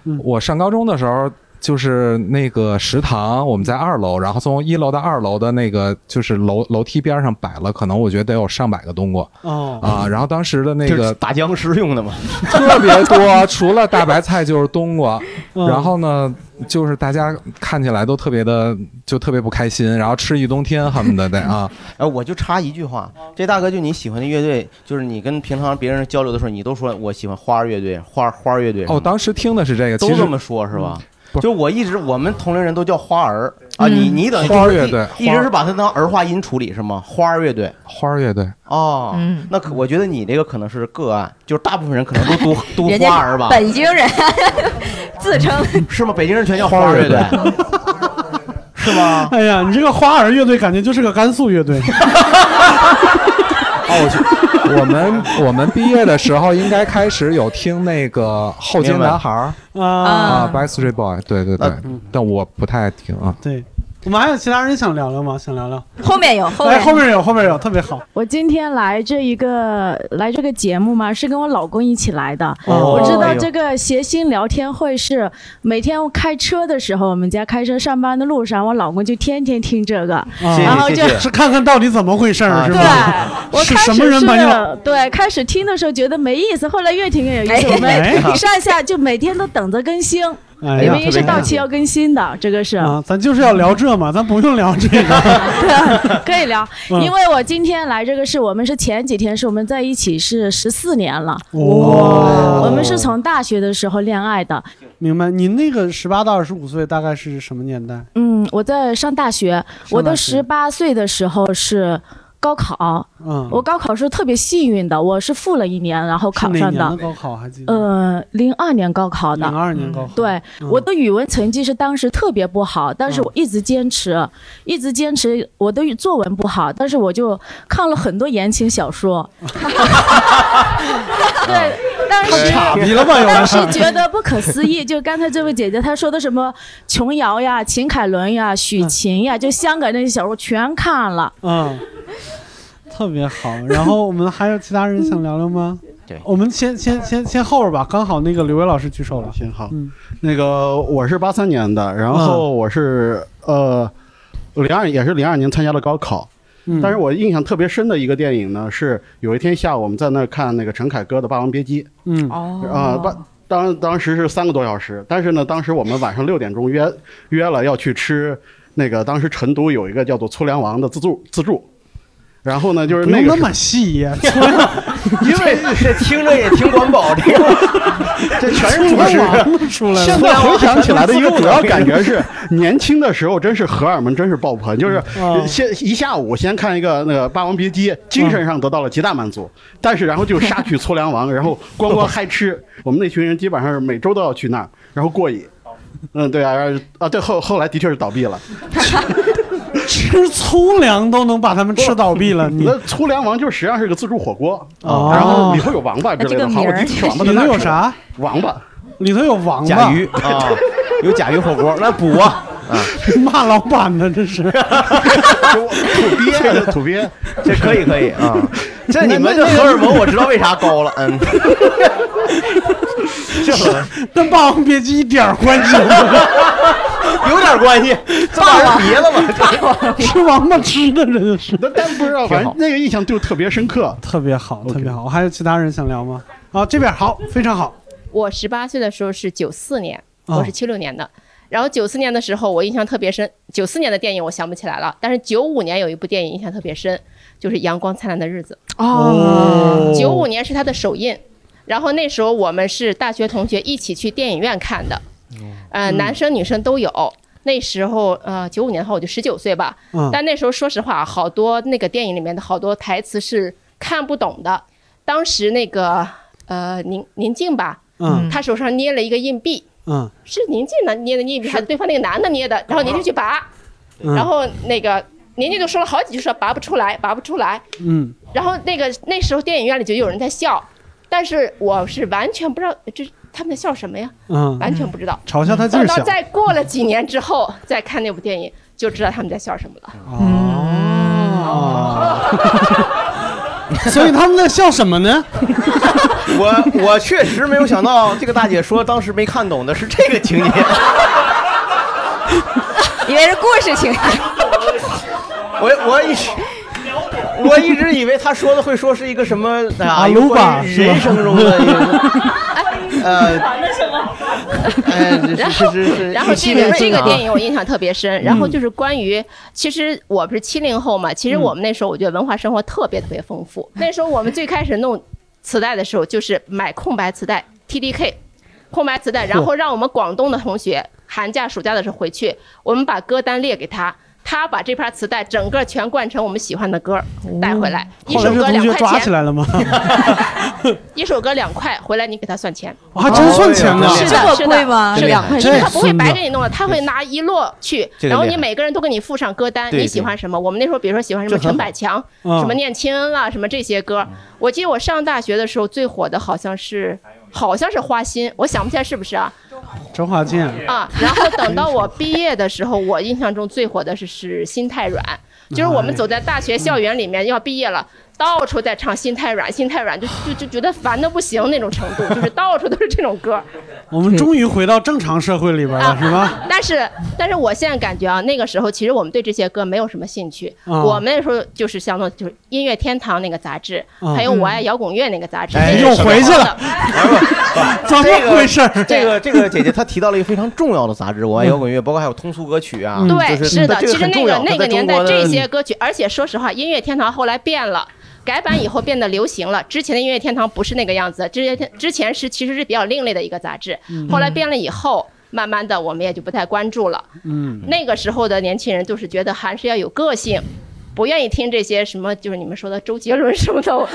Speaker 12: 对，我上高中的时候，就是那个食堂，我们在二楼，然后从一楼到二楼的那个就是楼楼梯边上摆了，可能我觉得得有上百个冬瓜
Speaker 2: 哦，
Speaker 13: 아,
Speaker 12: 啊。然后当时的那
Speaker 3: 这是
Speaker 12: 个
Speaker 3: 打僵尸用的嘛？
Speaker 12: 特别多，除了大白菜就是冬瓜，
Speaker 2: 嗯
Speaker 12: 然后呢，就是大家看起来都特别的就特别不开心，然后吃一冬天恨不得得啊。
Speaker 3: 哎，我就插一句话，这大哥就你喜欢的乐队，就是你跟平常别人交流的时候，你都说我喜欢花儿乐队，花儿花儿乐队是吗
Speaker 12: 哦，当时听的是这个，
Speaker 3: 都
Speaker 12: 其
Speaker 3: 这
Speaker 12: 实嗯
Speaker 3: 么说，是吧？
Speaker 12: 不是
Speaker 3: 就我一直我们同龄人都叫花儿啊，
Speaker 12: 嗯
Speaker 3: 你你等于
Speaker 12: 花儿乐队
Speaker 3: 一一直是把它当儿化音处理是吗？花儿乐队
Speaker 12: 花儿乐队。
Speaker 3: 哦，
Speaker 4: 嗯
Speaker 3: 那可我觉得你这个可能是个案，就是大部分人可能都读 读
Speaker 4: 人
Speaker 3: 花
Speaker 4: 家
Speaker 3: 儿吧，
Speaker 4: 北京人自称
Speaker 3: 是吗？北京 人全叫花儿乐队， 是吗？
Speaker 2: 哎呀，你这个花儿乐队感觉就是个甘肃乐 队，
Speaker 12: 哦，我去，我们我们毕业的时候应该开始有听那个后街男孩儿
Speaker 2: 啊，
Speaker 12: 啊，Backstreet Boy，对对
Speaker 3: 啊
Speaker 12: 对，但我不太爱听啊。
Speaker 2: 对。我们还有其他人想聊聊吗？想聊聊？
Speaker 4: 后面有后
Speaker 2: 哎，
Speaker 4: 面
Speaker 2: 后面有，后面有，特别好。
Speaker 14: 我今天来这一个来这个节目嘛，是跟我老公一起来的。
Speaker 3: 哦
Speaker 14: 我知道
Speaker 3: 哎
Speaker 14: 这
Speaker 3: 呦
Speaker 14: 个谐星聊天会是每天我开车的时候，我们家开车上班的路上，我老公就天天听这个。
Speaker 2: 啊哦
Speaker 3: 谢
Speaker 14: 然后
Speaker 3: 谢
Speaker 14: 就
Speaker 3: 谢谢，
Speaker 2: 是看看到底怎么回事儿，
Speaker 3: 啊
Speaker 2: 是
Speaker 14: 对
Speaker 2: 吧？，
Speaker 14: 我
Speaker 2: 是
Speaker 14: 开
Speaker 2: 什
Speaker 14: 始
Speaker 2: 么人把你老
Speaker 14: 是对开始听的时候觉得没意思，后来越听越有意思。
Speaker 4: 哎
Speaker 14: 我
Speaker 2: 哎
Speaker 14: 们上下就每天都等着更新。
Speaker 2: 哎
Speaker 14: 因
Speaker 2: 呀
Speaker 14: 为是到期要更新的，这个是。
Speaker 2: 啊，咱就是要聊这嘛，咱不用聊这个。
Speaker 14: 可以聊，
Speaker 2: 嗯
Speaker 14: 因为我今天来这个是我们是前几天是我们在一起是十四年了，
Speaker 2: 哇
Speaker 14: 我们是从大学的时候恋爱的，
Speaker 2: 明白，您那个十八到二十五岁大概是什么年代？
Speaker 14: 嗯，我在上大学，我到十八岁的时候是高考，
Speaker 2: 嗯
Speaker 14: 我高考是特别幸运的，我是复了一年然后
Speaker 2: 是
Speaker 14: 考
Speaker 2: 哪
Speaker 14: 上
Speaker 2: 年
Speaker 14: 的
Speaker 2: 的，高考还记得？
Speaker 14: 呃，零二年高考的，
Speaker 2: 02年高考嗯
Speaker 14: 对，我的语文成绩是当时特别不好，但是我一直坚持，一直坚持。我的作文不好，但是我就看了很多言情小说。
Speaker 3: 啊
Speaker 14: 对，但
Speaker 2: 太
Speaker 14: 是
Speaker 2: 傻逼了吧有人
Speaker 14: 当时觉得不可思议。就刚才这位姐姐她说的什么琼瑶呀、秦凯伦呀、许晴呀，就香港那些小说全看了。
Speaker 2: 嗯，特别好。然后我们还有其他人想聊聊吗？
Speaker 3: 对，
Speaker 2: 我们先先先先后边吧，刚好那个刘烨老师举手了。
Speaker 15: 先好，
Speaker 2: 嗯，
Speaker 15: 那个我是八三年的，然后我是、呃零二也是零二年参加了高考，
Speaker 2: 嗯
Speaker 15: 但是我印象特别深的一个电影呢，是有一天下午我们在那儿看那个陈凯歌的《霸王别姬》，
Speaker 2: 嗯
Speaker 15: 啊、八当当时是三个多小时，但是呢，当时我们晚上六点钟约约了要去吃那个当时成都有一个叫做粗粮王的自助自助。然后呢，就是
Speaker 2: 不
Speaker 15: 那
Speaker 2: 用
Speaker 15: 个
Speaker 2: 那 么细呀，
Speaker 15: 因为
Speaker 3: 这听着也挺管饱， 这个这全是主 食。
Speaker 2: 出来了
Speaker 15: 现在回想起来的一个主要感 觉是，年轻的时候真是荷尔蒙真是爆棚，就是
Speaker 2: 嗯
Speaker 15: 先一下午先看一个那个《霸王别
Speaker 3: 嗯
Speaker 15: 姬》，精神上得到了极大满足，但是然后就杀去粗粮王，然后光 光嗨吃。我们那群人基本上是每周都要去那儿，然后过瘾。 嗯，对啊，然后啊，对后后来的确是倒闭了。
Speaker 2: 吃粗粮都能把他们吃倒 闭了，你
Speaker 15: 那粗粮王就实际上是个自助火锅，啊
Speaker 2: 哦
Speaker 15: 然后里头有王八之类的，好，我第一次吃王八在
Speaker 2: 里
Speaker 15: 那
Speaker 2: 头
Speaker 15: 儿
Speaker 2: 有
Speaker 15: 吃的
Speaker 2: 啥？
Speaker 15: 王八，
Speaker 2: 里头有王八、
Speaker 15: 甲 鱼
Speaker 3: 啊，有甲鱼火锅，来补啊！
Speaker 2: 骂老板呢，这是
Speaker 15: 土鳖，土鳖，
Speaker 3: 这可以可以 啊！这你们这
Speaker 2: 那那
Speaker 3: 荷尔蒙我知道为啥高了，嗯， 这
Speaker 2: 跟《霸王别姬》一点儿关系都没 有，
Speaker 3: 有点关系，这玩意儿别了
Speaker 2: 吧，吃王八吃的这就是。
Speaker 15: 那但不知道，反正那个印象就特别深刻，
Speaker 2: 特别好，特别好。还有其他人想聊吗？啊，这边好，非常好。
Speaker 16: 我十八岁的时候是九四年，
Speaker 2: 哦
Speaker 16: 我是七六年的。然后九四年的时候，我印象特别深。九四年的电影我想不起来了，但是九五年有一部电影印象特别深，就是《阳光灿烂的日子》。
Speaker 2: 哦
Speaker 16: 九五年是它的首映，然后那时候我们是大学同学一起去电影院看的，
Speaker 2: 哦嗯
Speaker 16: 呃，男生女生都有。那时候，呃，九五年的话，我就十九岁吧。
Speaker 17: 嗯
Speaker 16: 但那时候，说实话，好多那个电影里面的好多台词是看不懂的。当时那个，呃，宁宁静吧，
Speaker 2: 嗯
Speaker 16: 他手上捏了一个硬币，
Speaker 2: 嗯
Speaker 16: 是宁静的捏的硬币，还是对方那个男的捏的？然后宁静去拔，
Speaker 2: 嗯
Speaker 16: 然后那个宁静就说了好几句，说拔不出来，拔不出来。
Speaker 2: 嗯，
Speaker 16: 然后那个那时候电影院里就有人在笑，但是我是完全不知道这他们在笑什么呀，
Speaker 2: 嗯
Speaker 16: 完全不知道。
Speaker 2: 嘲笑他劲
Speaker 16: 等
Speaker 2: 儿
Speaker 16: 到
Speaker 2: 小
Speaker 16: 再过了几年之后再看那部电影，就知道他们在笑什么了。
Speaker 2: 所以他们在笑什么呢？
Speaker 3: 我我确实没有想到，这个大姐说当时没看懂的是这个情节。
Speaker 4: 以为是故事情节。
Speaker 3: 我我一直我一直以为她说的会说是一个什么啊，
Speaker 2: 阿
Speaker 3: 有
Speaker 2: 鲁巴
Speaker 3: 关于人生中的一个 呃
Speaker 16: 那什么？然
Speaker 3: 是
Speaker 16: 后
Speaker 3: 是是，
Speaker 16: 然后
Speaker 3: 17
Speaker 16: 这个
Speaker 3: 年
Speaker 16: 这
Speaker 3: 生
Speaker 16: 个
Speaker 3: 啊
Speaker 16: 电影我印象特别深，然后就是关于，其实我不是七零后嘛，其实我们那时候我觉得文化生活特别特别丰富。那时候我们最开始弄磁带的时候，就是买空白磁带 TDK，空白磁带，然后让我们广东的同学寒假暑假的时候回去，我们把歌单列给他。他把这盘磁带整个全灌成我们喜欢的歌儿带回来，一
Speaker 2: 后来
Speaker 16: 首
Speaker 2: 这
Speaker 16: 歌
Speaker 2: 同
Speaker 16: 两
Speaker 2: 学
Speaker 16: 块
Speaker 2: 抓起
Speaker 16: 钱，
Speaker 2: 来 了吗？
Speaker 16: 一首歌两块，回来你给他算钱。
Speaker 2: 我还啊真算钱呢，
Speaker 16: 是的，是的，哦啊是两块钱，
Speaker 2: 这
Speaker 16: 他不会
Speaker 2: 孙子
Speaker 16: 白给你弄了，他会拿一摞去，
Speaker 2: 这个
Speaker 16: 然后你
Speaker 2: 厉害
Speaker 16: 每个人都给你附上歌单，
Speaker 2: 对
Speaker 16: 你喜欢什么？我们那时候比如说喜欢什么
Speaker 2: 这很
Speaker 16: 陈百强，
Speaker 2: 嗯
Speaker 16: 什么念青恩啊，什么这些歌。我记得我上大学的时候最火的好像是，好像是花心，我想不起来是不是啊
Speaker 2: 周华健
Speaker 16: 啊。然后等到我毕业的时候，我印象中最火的是是心太软，
Speaker 2: 嗯
Speaker 16: 就是我
Speaker 2: 哎
Speaker 16: 们走在大学校园里面要毕业了。到处在唱《心太软》，心太软就就就觉得烦的不行那种程度， 就是到处都是这种歌。
Speaker 2: 我们终于回到正常社会里边了，是吧？
Speaker 16: 啊但是，但是我现在感觉啊，那个时候其实我们对这些歌没有什么兴趣。
Speaker 2: 啊
Speaker 16: 我们那时候就是相当就是音乐天堂那个杂志，
Speaker 2: 啊
Speaker 16: 还有我爱摇滚乐那个杂志。
Speaker 2: 哎
Speaker 16: 那个
Speaker 2: 又
Speaker 16: 时候
Speaker 2: 回去
Speaker 16: 的
Speaker 2: 了 怎么回事儿嗯
Speaker 3: 这个这个姐姐她提到了一个非常重要的杂志，我爱摇滚乐，包括还有通俗歌曲啊，
Speaker 16: 对，
Speaker 3: 就是
Speaker 16: 的，
Speaker 3: 这
Speaker 16: 其实
Speaker 3: 很
Speaker 16: 那
Speaker 3: 重要
Speaker 16: 个那个年代
Speaker 3: 它在中国
Speaker 16: 这
Speaker 3: 的
Speaker 16: 些歌曲，而且说实话，音乐天堂后来变了。改版以后变得流行了，之前的音乐天堂不是那个样子，之前之前是其实是比较另类的一个杂志
Speaker 17: 嗯，
Speaker 16: 后来变了以后，慢慢的我们也就不太关注了。
Speaker 17: 嗯
Speaker 16: 那个时候的年轻人就是觉得还是要有个性，不愿意听这些什么就是你们说的周杰伦什么的。我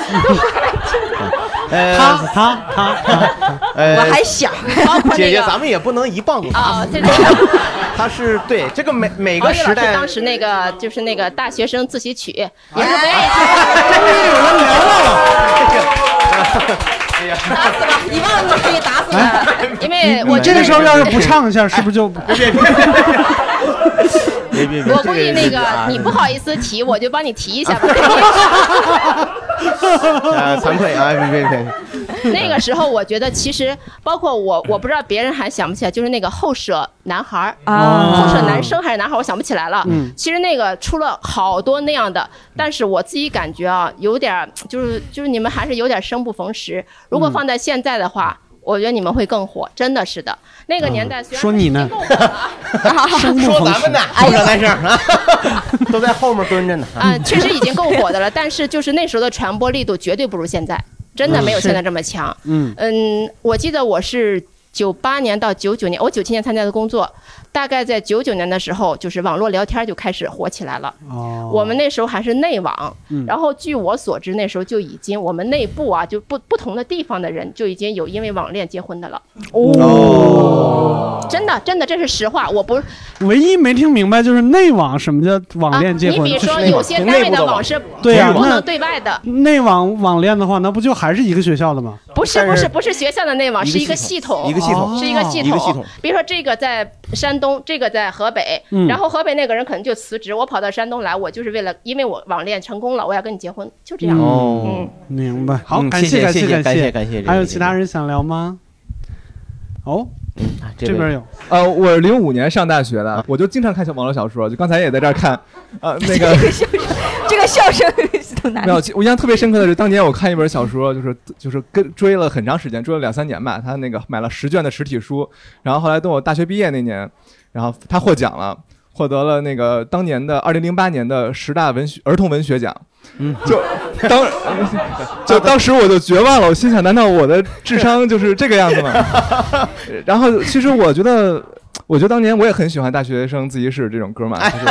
Speaker 3: 呃，
Speaker 2: 他他他，
Speaker 3: 呃，
Speaker 4: 想
Speaker 16: 包括
Speaker 3: 姐
Speaker 16: 那
Speaker 3: 姐，
Speaker 16: 个
Speaker 3: 咱们也不能一棒子打
Speaker 16: 啊
Speaker 3: 死，
Speaker 16: 对对
Speaker 3: 他是对这个每每
Speaker 16: 王
Speaker 3: 个
Speaker 16: 宇老
Speaker 3: 时
Speaker 16: 师
Speaker 3: 代
Speaker 16: 当时那个就是那个大学生自习曲，也是不愿意听。真的有人聊到了，打死吧，一棒子可以打死了。因为我
Speaker 2: 你这个时候要是不唱一下，是不是就
Speaker 16: 哎
Speaker 3: 别别
Speaker 16: 我估计那个你不好意思提，我就帮你提一下吧。
Speaker 3: 啊，惭愧啊，别别别，
Speaker 16: 那个时候，我觉得其实包括我，我不知道别人还想不起来，就是那个后舍男孩儿
Speaker 17: 啊
Speaker 16: 后舍男生还是男孩儿，我想不起来了。
Speaker 17: 嗯
Speaker 16: 其实那个出了好多那样的，但是我自己感觉啊，有点儿就是就是你们还是有点生不逢时。
Speaker 17: 嗯
Speaker 16: 如果放在现在的话。我觉得你们会更火，真的是的。那个年代虽然
Speaker 2: 说你呢？
Speaker 16: 啊
Speaker 3: 说咱们呢，后生男生啊，都在后面蹲着呢
Speaker 16: 哎啊、确实已经够火的了，但是就是那时候的传播力度绝对不如现在，真的没有
Speaker 3: 嗯是
Speaker 16: 现在这么强。
Speaker 3: 嗯
Speaker 16: 嗯，我记得我是九八年到九九年，我九七年参加的工作，大概在九九年的时候，就是网络聊天就开始火起来了。
Speaker 2: 哦
Speaker 16: 我们那时候还是内网，
Speaker 2: 嗯
Speaker 16: 然后据我所知，那时候就已经我们内部啊，就不不同的地方的人就已经有因为网恋结婚的了。哦，真的真的，这是实话，我不是
Speaker 2: 唯一没听明白就是内网什么叫网恋结
Speaker 16: 啊你
Speaker 2: 婚？
Speaker 16: 比如说有些单位的网是
Speaker 2: 对呀、
Speaker 16: 不能
Speaker 2: 那
Speaker 16: 对外的，
Speaker 2: 内网网恋的话，那不就还是一个学校的吗？
Speaker 16: 不是不是不是学校的内网，
Speaker 2: 一个
Speaker 16: 是一个
Speaker 2: 系
Speaker 16: 系
Speaker 2: 统
Speaker 16: 统，
Speaker 2: 一个系统
Speaker 16: 是一个
Speaker 2: 哦
Speaker 16: 系
Speaker 2: 一个系统
Speaker 16: 比如说这个在山东，这个在河北
Speaker 2: 嗯，
Speaker 16: 然后河北那个人可能就辞职，我跑到山东来，我就是为了因为我网恋成功了，我要跟你结婚，就这样。
Speaker 2: 哦
Speaker 16: 嗯，
Speaker 2: 明白。好，
Speaker 3: 嗯
Speaker 2: 感
Speaker 3: 谢谢
Speaker 2: 感
Speaker 3: 谢谢
Speaker 2: 感
Speaker 3: 感谢感谢
Speaker 2: 还有
Speaker 3: 这个
Speaker 2: 其他人想聊吗？哦，
Speaker 3: 啊这
Speaker 2: 这
Speaker 3: 位
Speaker 2: 边有。
Speaker 18: 呃，我零五年上大学的，我就经常看小网络小说，就刚才也在这儿看，
Speaker 4: 啊
Speaker 18: 呃，那个
Speaker 4: 这个笑声都难
Speaker 18: 没有，我印象特别深刻的是，当年我看一本小说，就是就是跟追了很长时间，追了两三年吧。他那个买了十卷的实体书，然后后来等我大学毕业那年，然后他获奖了，获得了那个当年的二零零八年的十大文学儿童文学奖。嗯，就当 就当时我就绝望了，我心想，难道我的智商就是这个样子吗？ 然后其实我觉得，我觉得当年我也很喜欢《大学生自习室》这种歌嘛，就是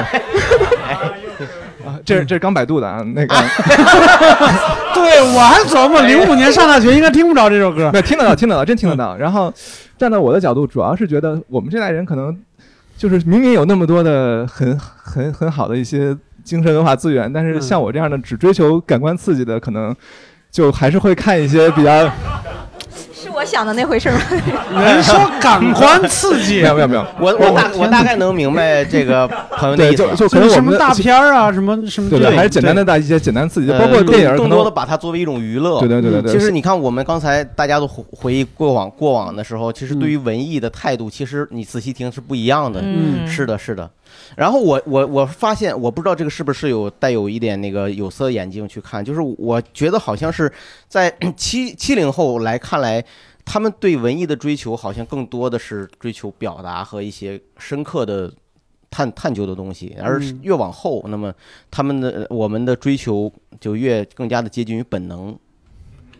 Speaker 18: 啊， 这是这是刚百度的啊，那个。 哎
Speaker 2: 对，我还琢磨零五年上大学应该听不着这首歌。嗯
Speaker 18: 没有听得到，听得到，真听得到。然后站在我的角度，主要是觉得我们这代人可能就是明明有那么多的很很很好的一些精神文化资源，
Speaker 2: 嗯
Speaker 18: 但是像我这样的只追求感官刺激的，可能就还是会看一些 比较。
Speaker 4: 是我想的那回事吗？
Speaker 18: 没有没有没有，
Speaker 3: 我我大我大概能明白这个朋友的意思啊了，
Speaker 18: 对就就可能我
Speaker 2: 什
Speaker 18: 们
Speaker 2: 么
Speaker 18: 的
Speaker 2: 大片儿啊，什么什么
Speaker 18: 对
Speaker 2: 之类
Speaker 18: 对，还是简单的大一些简单刺激，包括
Speaker 3: 呃
Speaker 18: 电影儿
Speaker 3: 更
Speaker 18: 可
Speaker 3: 更
Speaker 18: 能
Speaker 3: 多的把它作为一种娱乐。
Speaker 18: 对对对对对
Speaker 3: 嗯其实你看，我们刚才大家都回回忆过往过往的时候，其实对于文艺的态度，其实你仔细听是不一样的。
Speaker 18: 嗯
Speaker 3: 是的，是的。然后我我我发现，我不知道这个是不是有带有一点那个有色眼镜去看，就是我觉得好像是在 七七零后来看来。他们对文艺的追求，好像更多的是追求表达和一些深刻的探探究的东西，而是
Speaker 18: 嗯
Speaker 3: 越往后，那么他们的我们的追求就越更加的接近于本能，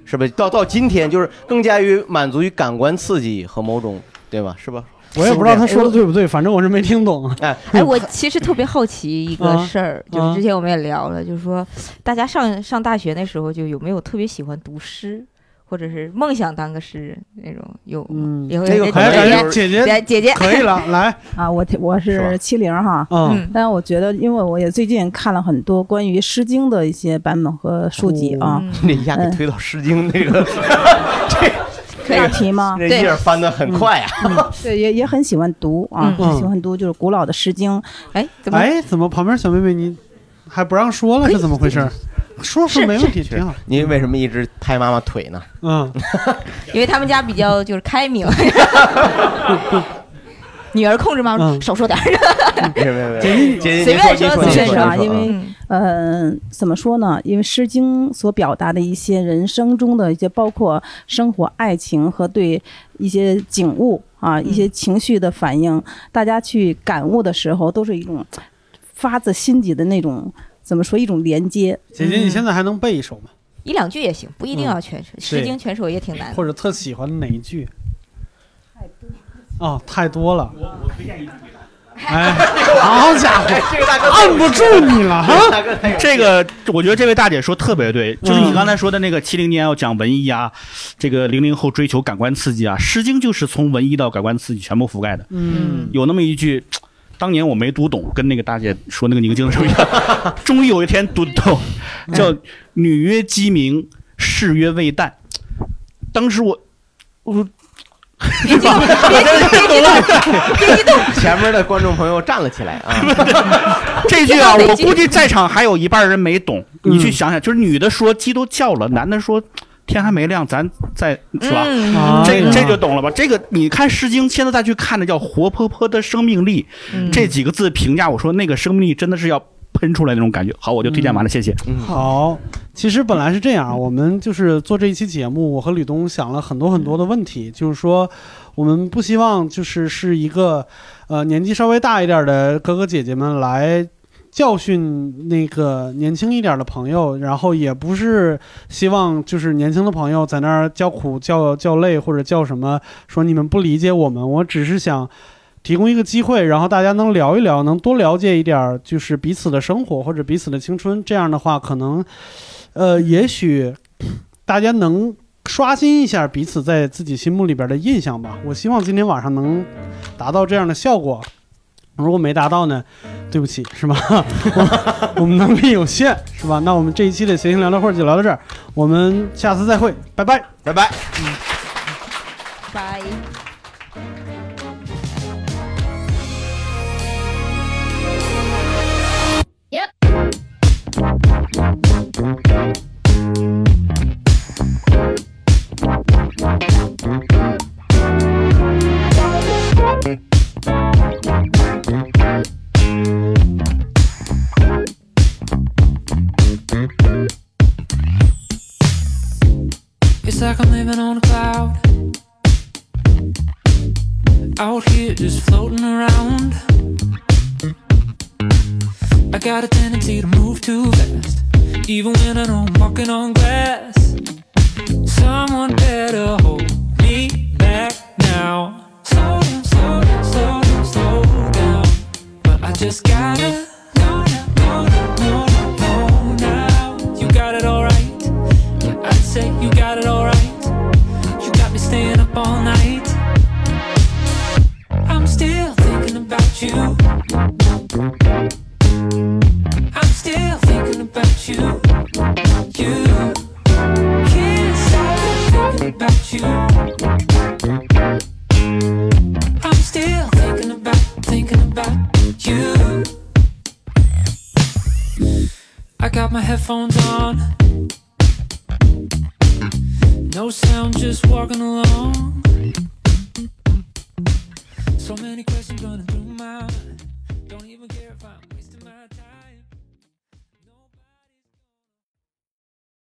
Speaker 3: 是吧？到到今天，就是更加于满足于感官刺激和某种，对吧？是吧？
Speaker 2: 我也不知道他说的
Speaker 3: 是
Speaker 2: 对不对，反正我是没听懂。
Speaker 3: 哎
Speaker 4: 哎，我其实特别好奇一个
Speaker 2: 啊
Speaker 4: 事儿，就是
Speaker 2: 啊
Speaker 4: 之前我们也聊了，就是说大家上上大学那时候，就有没有特别喜欢读诗，或者是梦想当个诗人那种？有吗？以后
Speaker 2: 嗯这个可能就是姐姐
Speaker 4: 姐姐姐
Speaker 2: 可 以 了，来
Speaker 6: 啊，我挺我是七零哈，
Speaker 2: 嗯嗯
Speaker 6: 但我觉得，因为我也最近看了很多关于《诗经》的一些版本和书籍啊，
Speaker 2: 嗯
Speaker 3: 这一下给推到《诗经》那个
Speaker 2: 哦
Speaker 6: 可
Speaker 3: 这
Speaker 6: 以
Speaker 3: 个
Speaker 6: 提吗？
Speaker 3: 这页儿翻得很快啊呀。
Speaker 6: 嗯对，也也很喜欢读啊，
Speaker 2: 嗯
Speaker 6: 很喜欢读就是古老的《诗经》。哎，怎么？
Speaker 2: 哎，怎么旁边小妹妹你还不让说了？是怎么回 事？说说没问 题，挺好。
Speaker 3: 您为什么一直拍妈妈腿呢？
Speaker 2: 嗯，
Speaker 4: 因为他们家比较就是开明。女儿控制妈妈，
Speaker 6: 嗯
Speaker 4: 少说点儿。
Speaker 3: 没有没有没有，
Speaker 6: 姐
Speaker 3: 姐
Speaker 4: 随便
Speaker 3: 您
Speaker 4: 说
Speaker 3: 您
Speaker 4: 随便
Speaker 3: 您
Speaker 4: 说
Speaker 6: 啊，因为
Speaker 3: 嗯
Speaker 6: 呃，怎么说呢？因为《诗经》所表达的一些人生中的一些，包括生活、爱情和对一些景物啊、
Speaker 3: 嗯
Speaker 6: 一些情绪的反应，大家去感悟的时候，都是一种发自心底的那种，怎么说一种连接。嗯
Speaker 2: 姐姐，你现在还能背一首吗？
Speaker 4: 一两句也行，不一定要全首，
Speaker 2: 嗯
Speaker 4: 《诗经》全首也挺难的。
Speaker 2: 或者特喜欢哪一句？哦，太多了。 哎，
Speaker 4: 好
Speaker 2: 家伙
Speaker 3: 哎这个大哥
Speaker 2: 按不住你了哈
Speaker 3: 大哥太有
Speaker 17: 这个我觉得这位大姐说特别对，就是
Speaker 2: 嗯
Speaker 17: 你刚才说的那个七零年要讲文艺啊，这个零零后追求感官刺激啊，《诗经》就是从文艺到感官刺激全部覆盖的。
Speaker 2: 嗯，
Speaker 17: 有那么一句，当年我没读懂，跟那个大姐说那个宁静的时候一样， 终于有一天读懂，
Speaker 2: 嗯
Speaker 17: 叫“女曰鸡鸣，士曰未旦”。当时我，我。
Speaker 3: 别激动，
Speaker 17: 别
Speaker 3: 激动！ 前面的观众朋友站了起来啊！
Speaker 17: 这句啊，我估计在场还有一半人没懂。
Speaker 3: 嗯
Speaker 17: 你去想想，就是女的说鸡都叫了，男的说天还没亮，咱再是吧
Speaker 3: 嗯啊？
Speaker 17: 这
Speaker 3: 嗯
Speaker 17: 这就懂了吧？这个你看《诗经》，现在再去看的叫“活泼泼的生命力”
Speaker 3: 嗯
Speaker 17: 这几个字评价，我说那个生命力真的是要喷出来那种感觉。好，我就推荐
Speaker 3: 嗯
Speaker 17: 完了，谢谢。
Speaker 2: 好，其实本来是这样，啊我们就是做这一期节目，我和吕东想了很多很多的问题，就是说我们不希望就是是一个呃年纪稍微大一点的哥哥姐姐们来。教训那个年轻一点的朋友，然后也不是希望就是年轻的朋友在那儿叫苦叫叫累或者叫什么，说你们不理解我们，我只是想提供一个机会，然后大家能聊一聊，能多了解一点儿，就是彼此的生活或者彼此的青春。这样的话，可能，呃，也许大家能刷新一下彼此在自己心目里边的印象吧。我希望今天晚上能达到这样的效果。如果没达到呢，对不起，是吧？ 我我们能力有限，是吧？那我们这一期的闲情聊聊会儿就聊到这儿，我们下次再会，拜拜，
Speaker 3: 拜拜。
Speaker 4: 拜。
Speaker 13: It's like I'm living on a cloud. Out here just floating around. I got a tendency to move too fast. Even when I know I'm walking on glass. Someone better hold me back now. Slow down, slow down, slow down, slow down. But I just gotta. know now, know now, know now, know now. You got it alright. I'd say you got it alright. You got me staying up all night. I'm still thinking about you. I'm still thinking about you. You can't stop thinking about you. I'm still thinking about, thinking about you. I got my headphones on. No sound, just walking along. So many questions running through my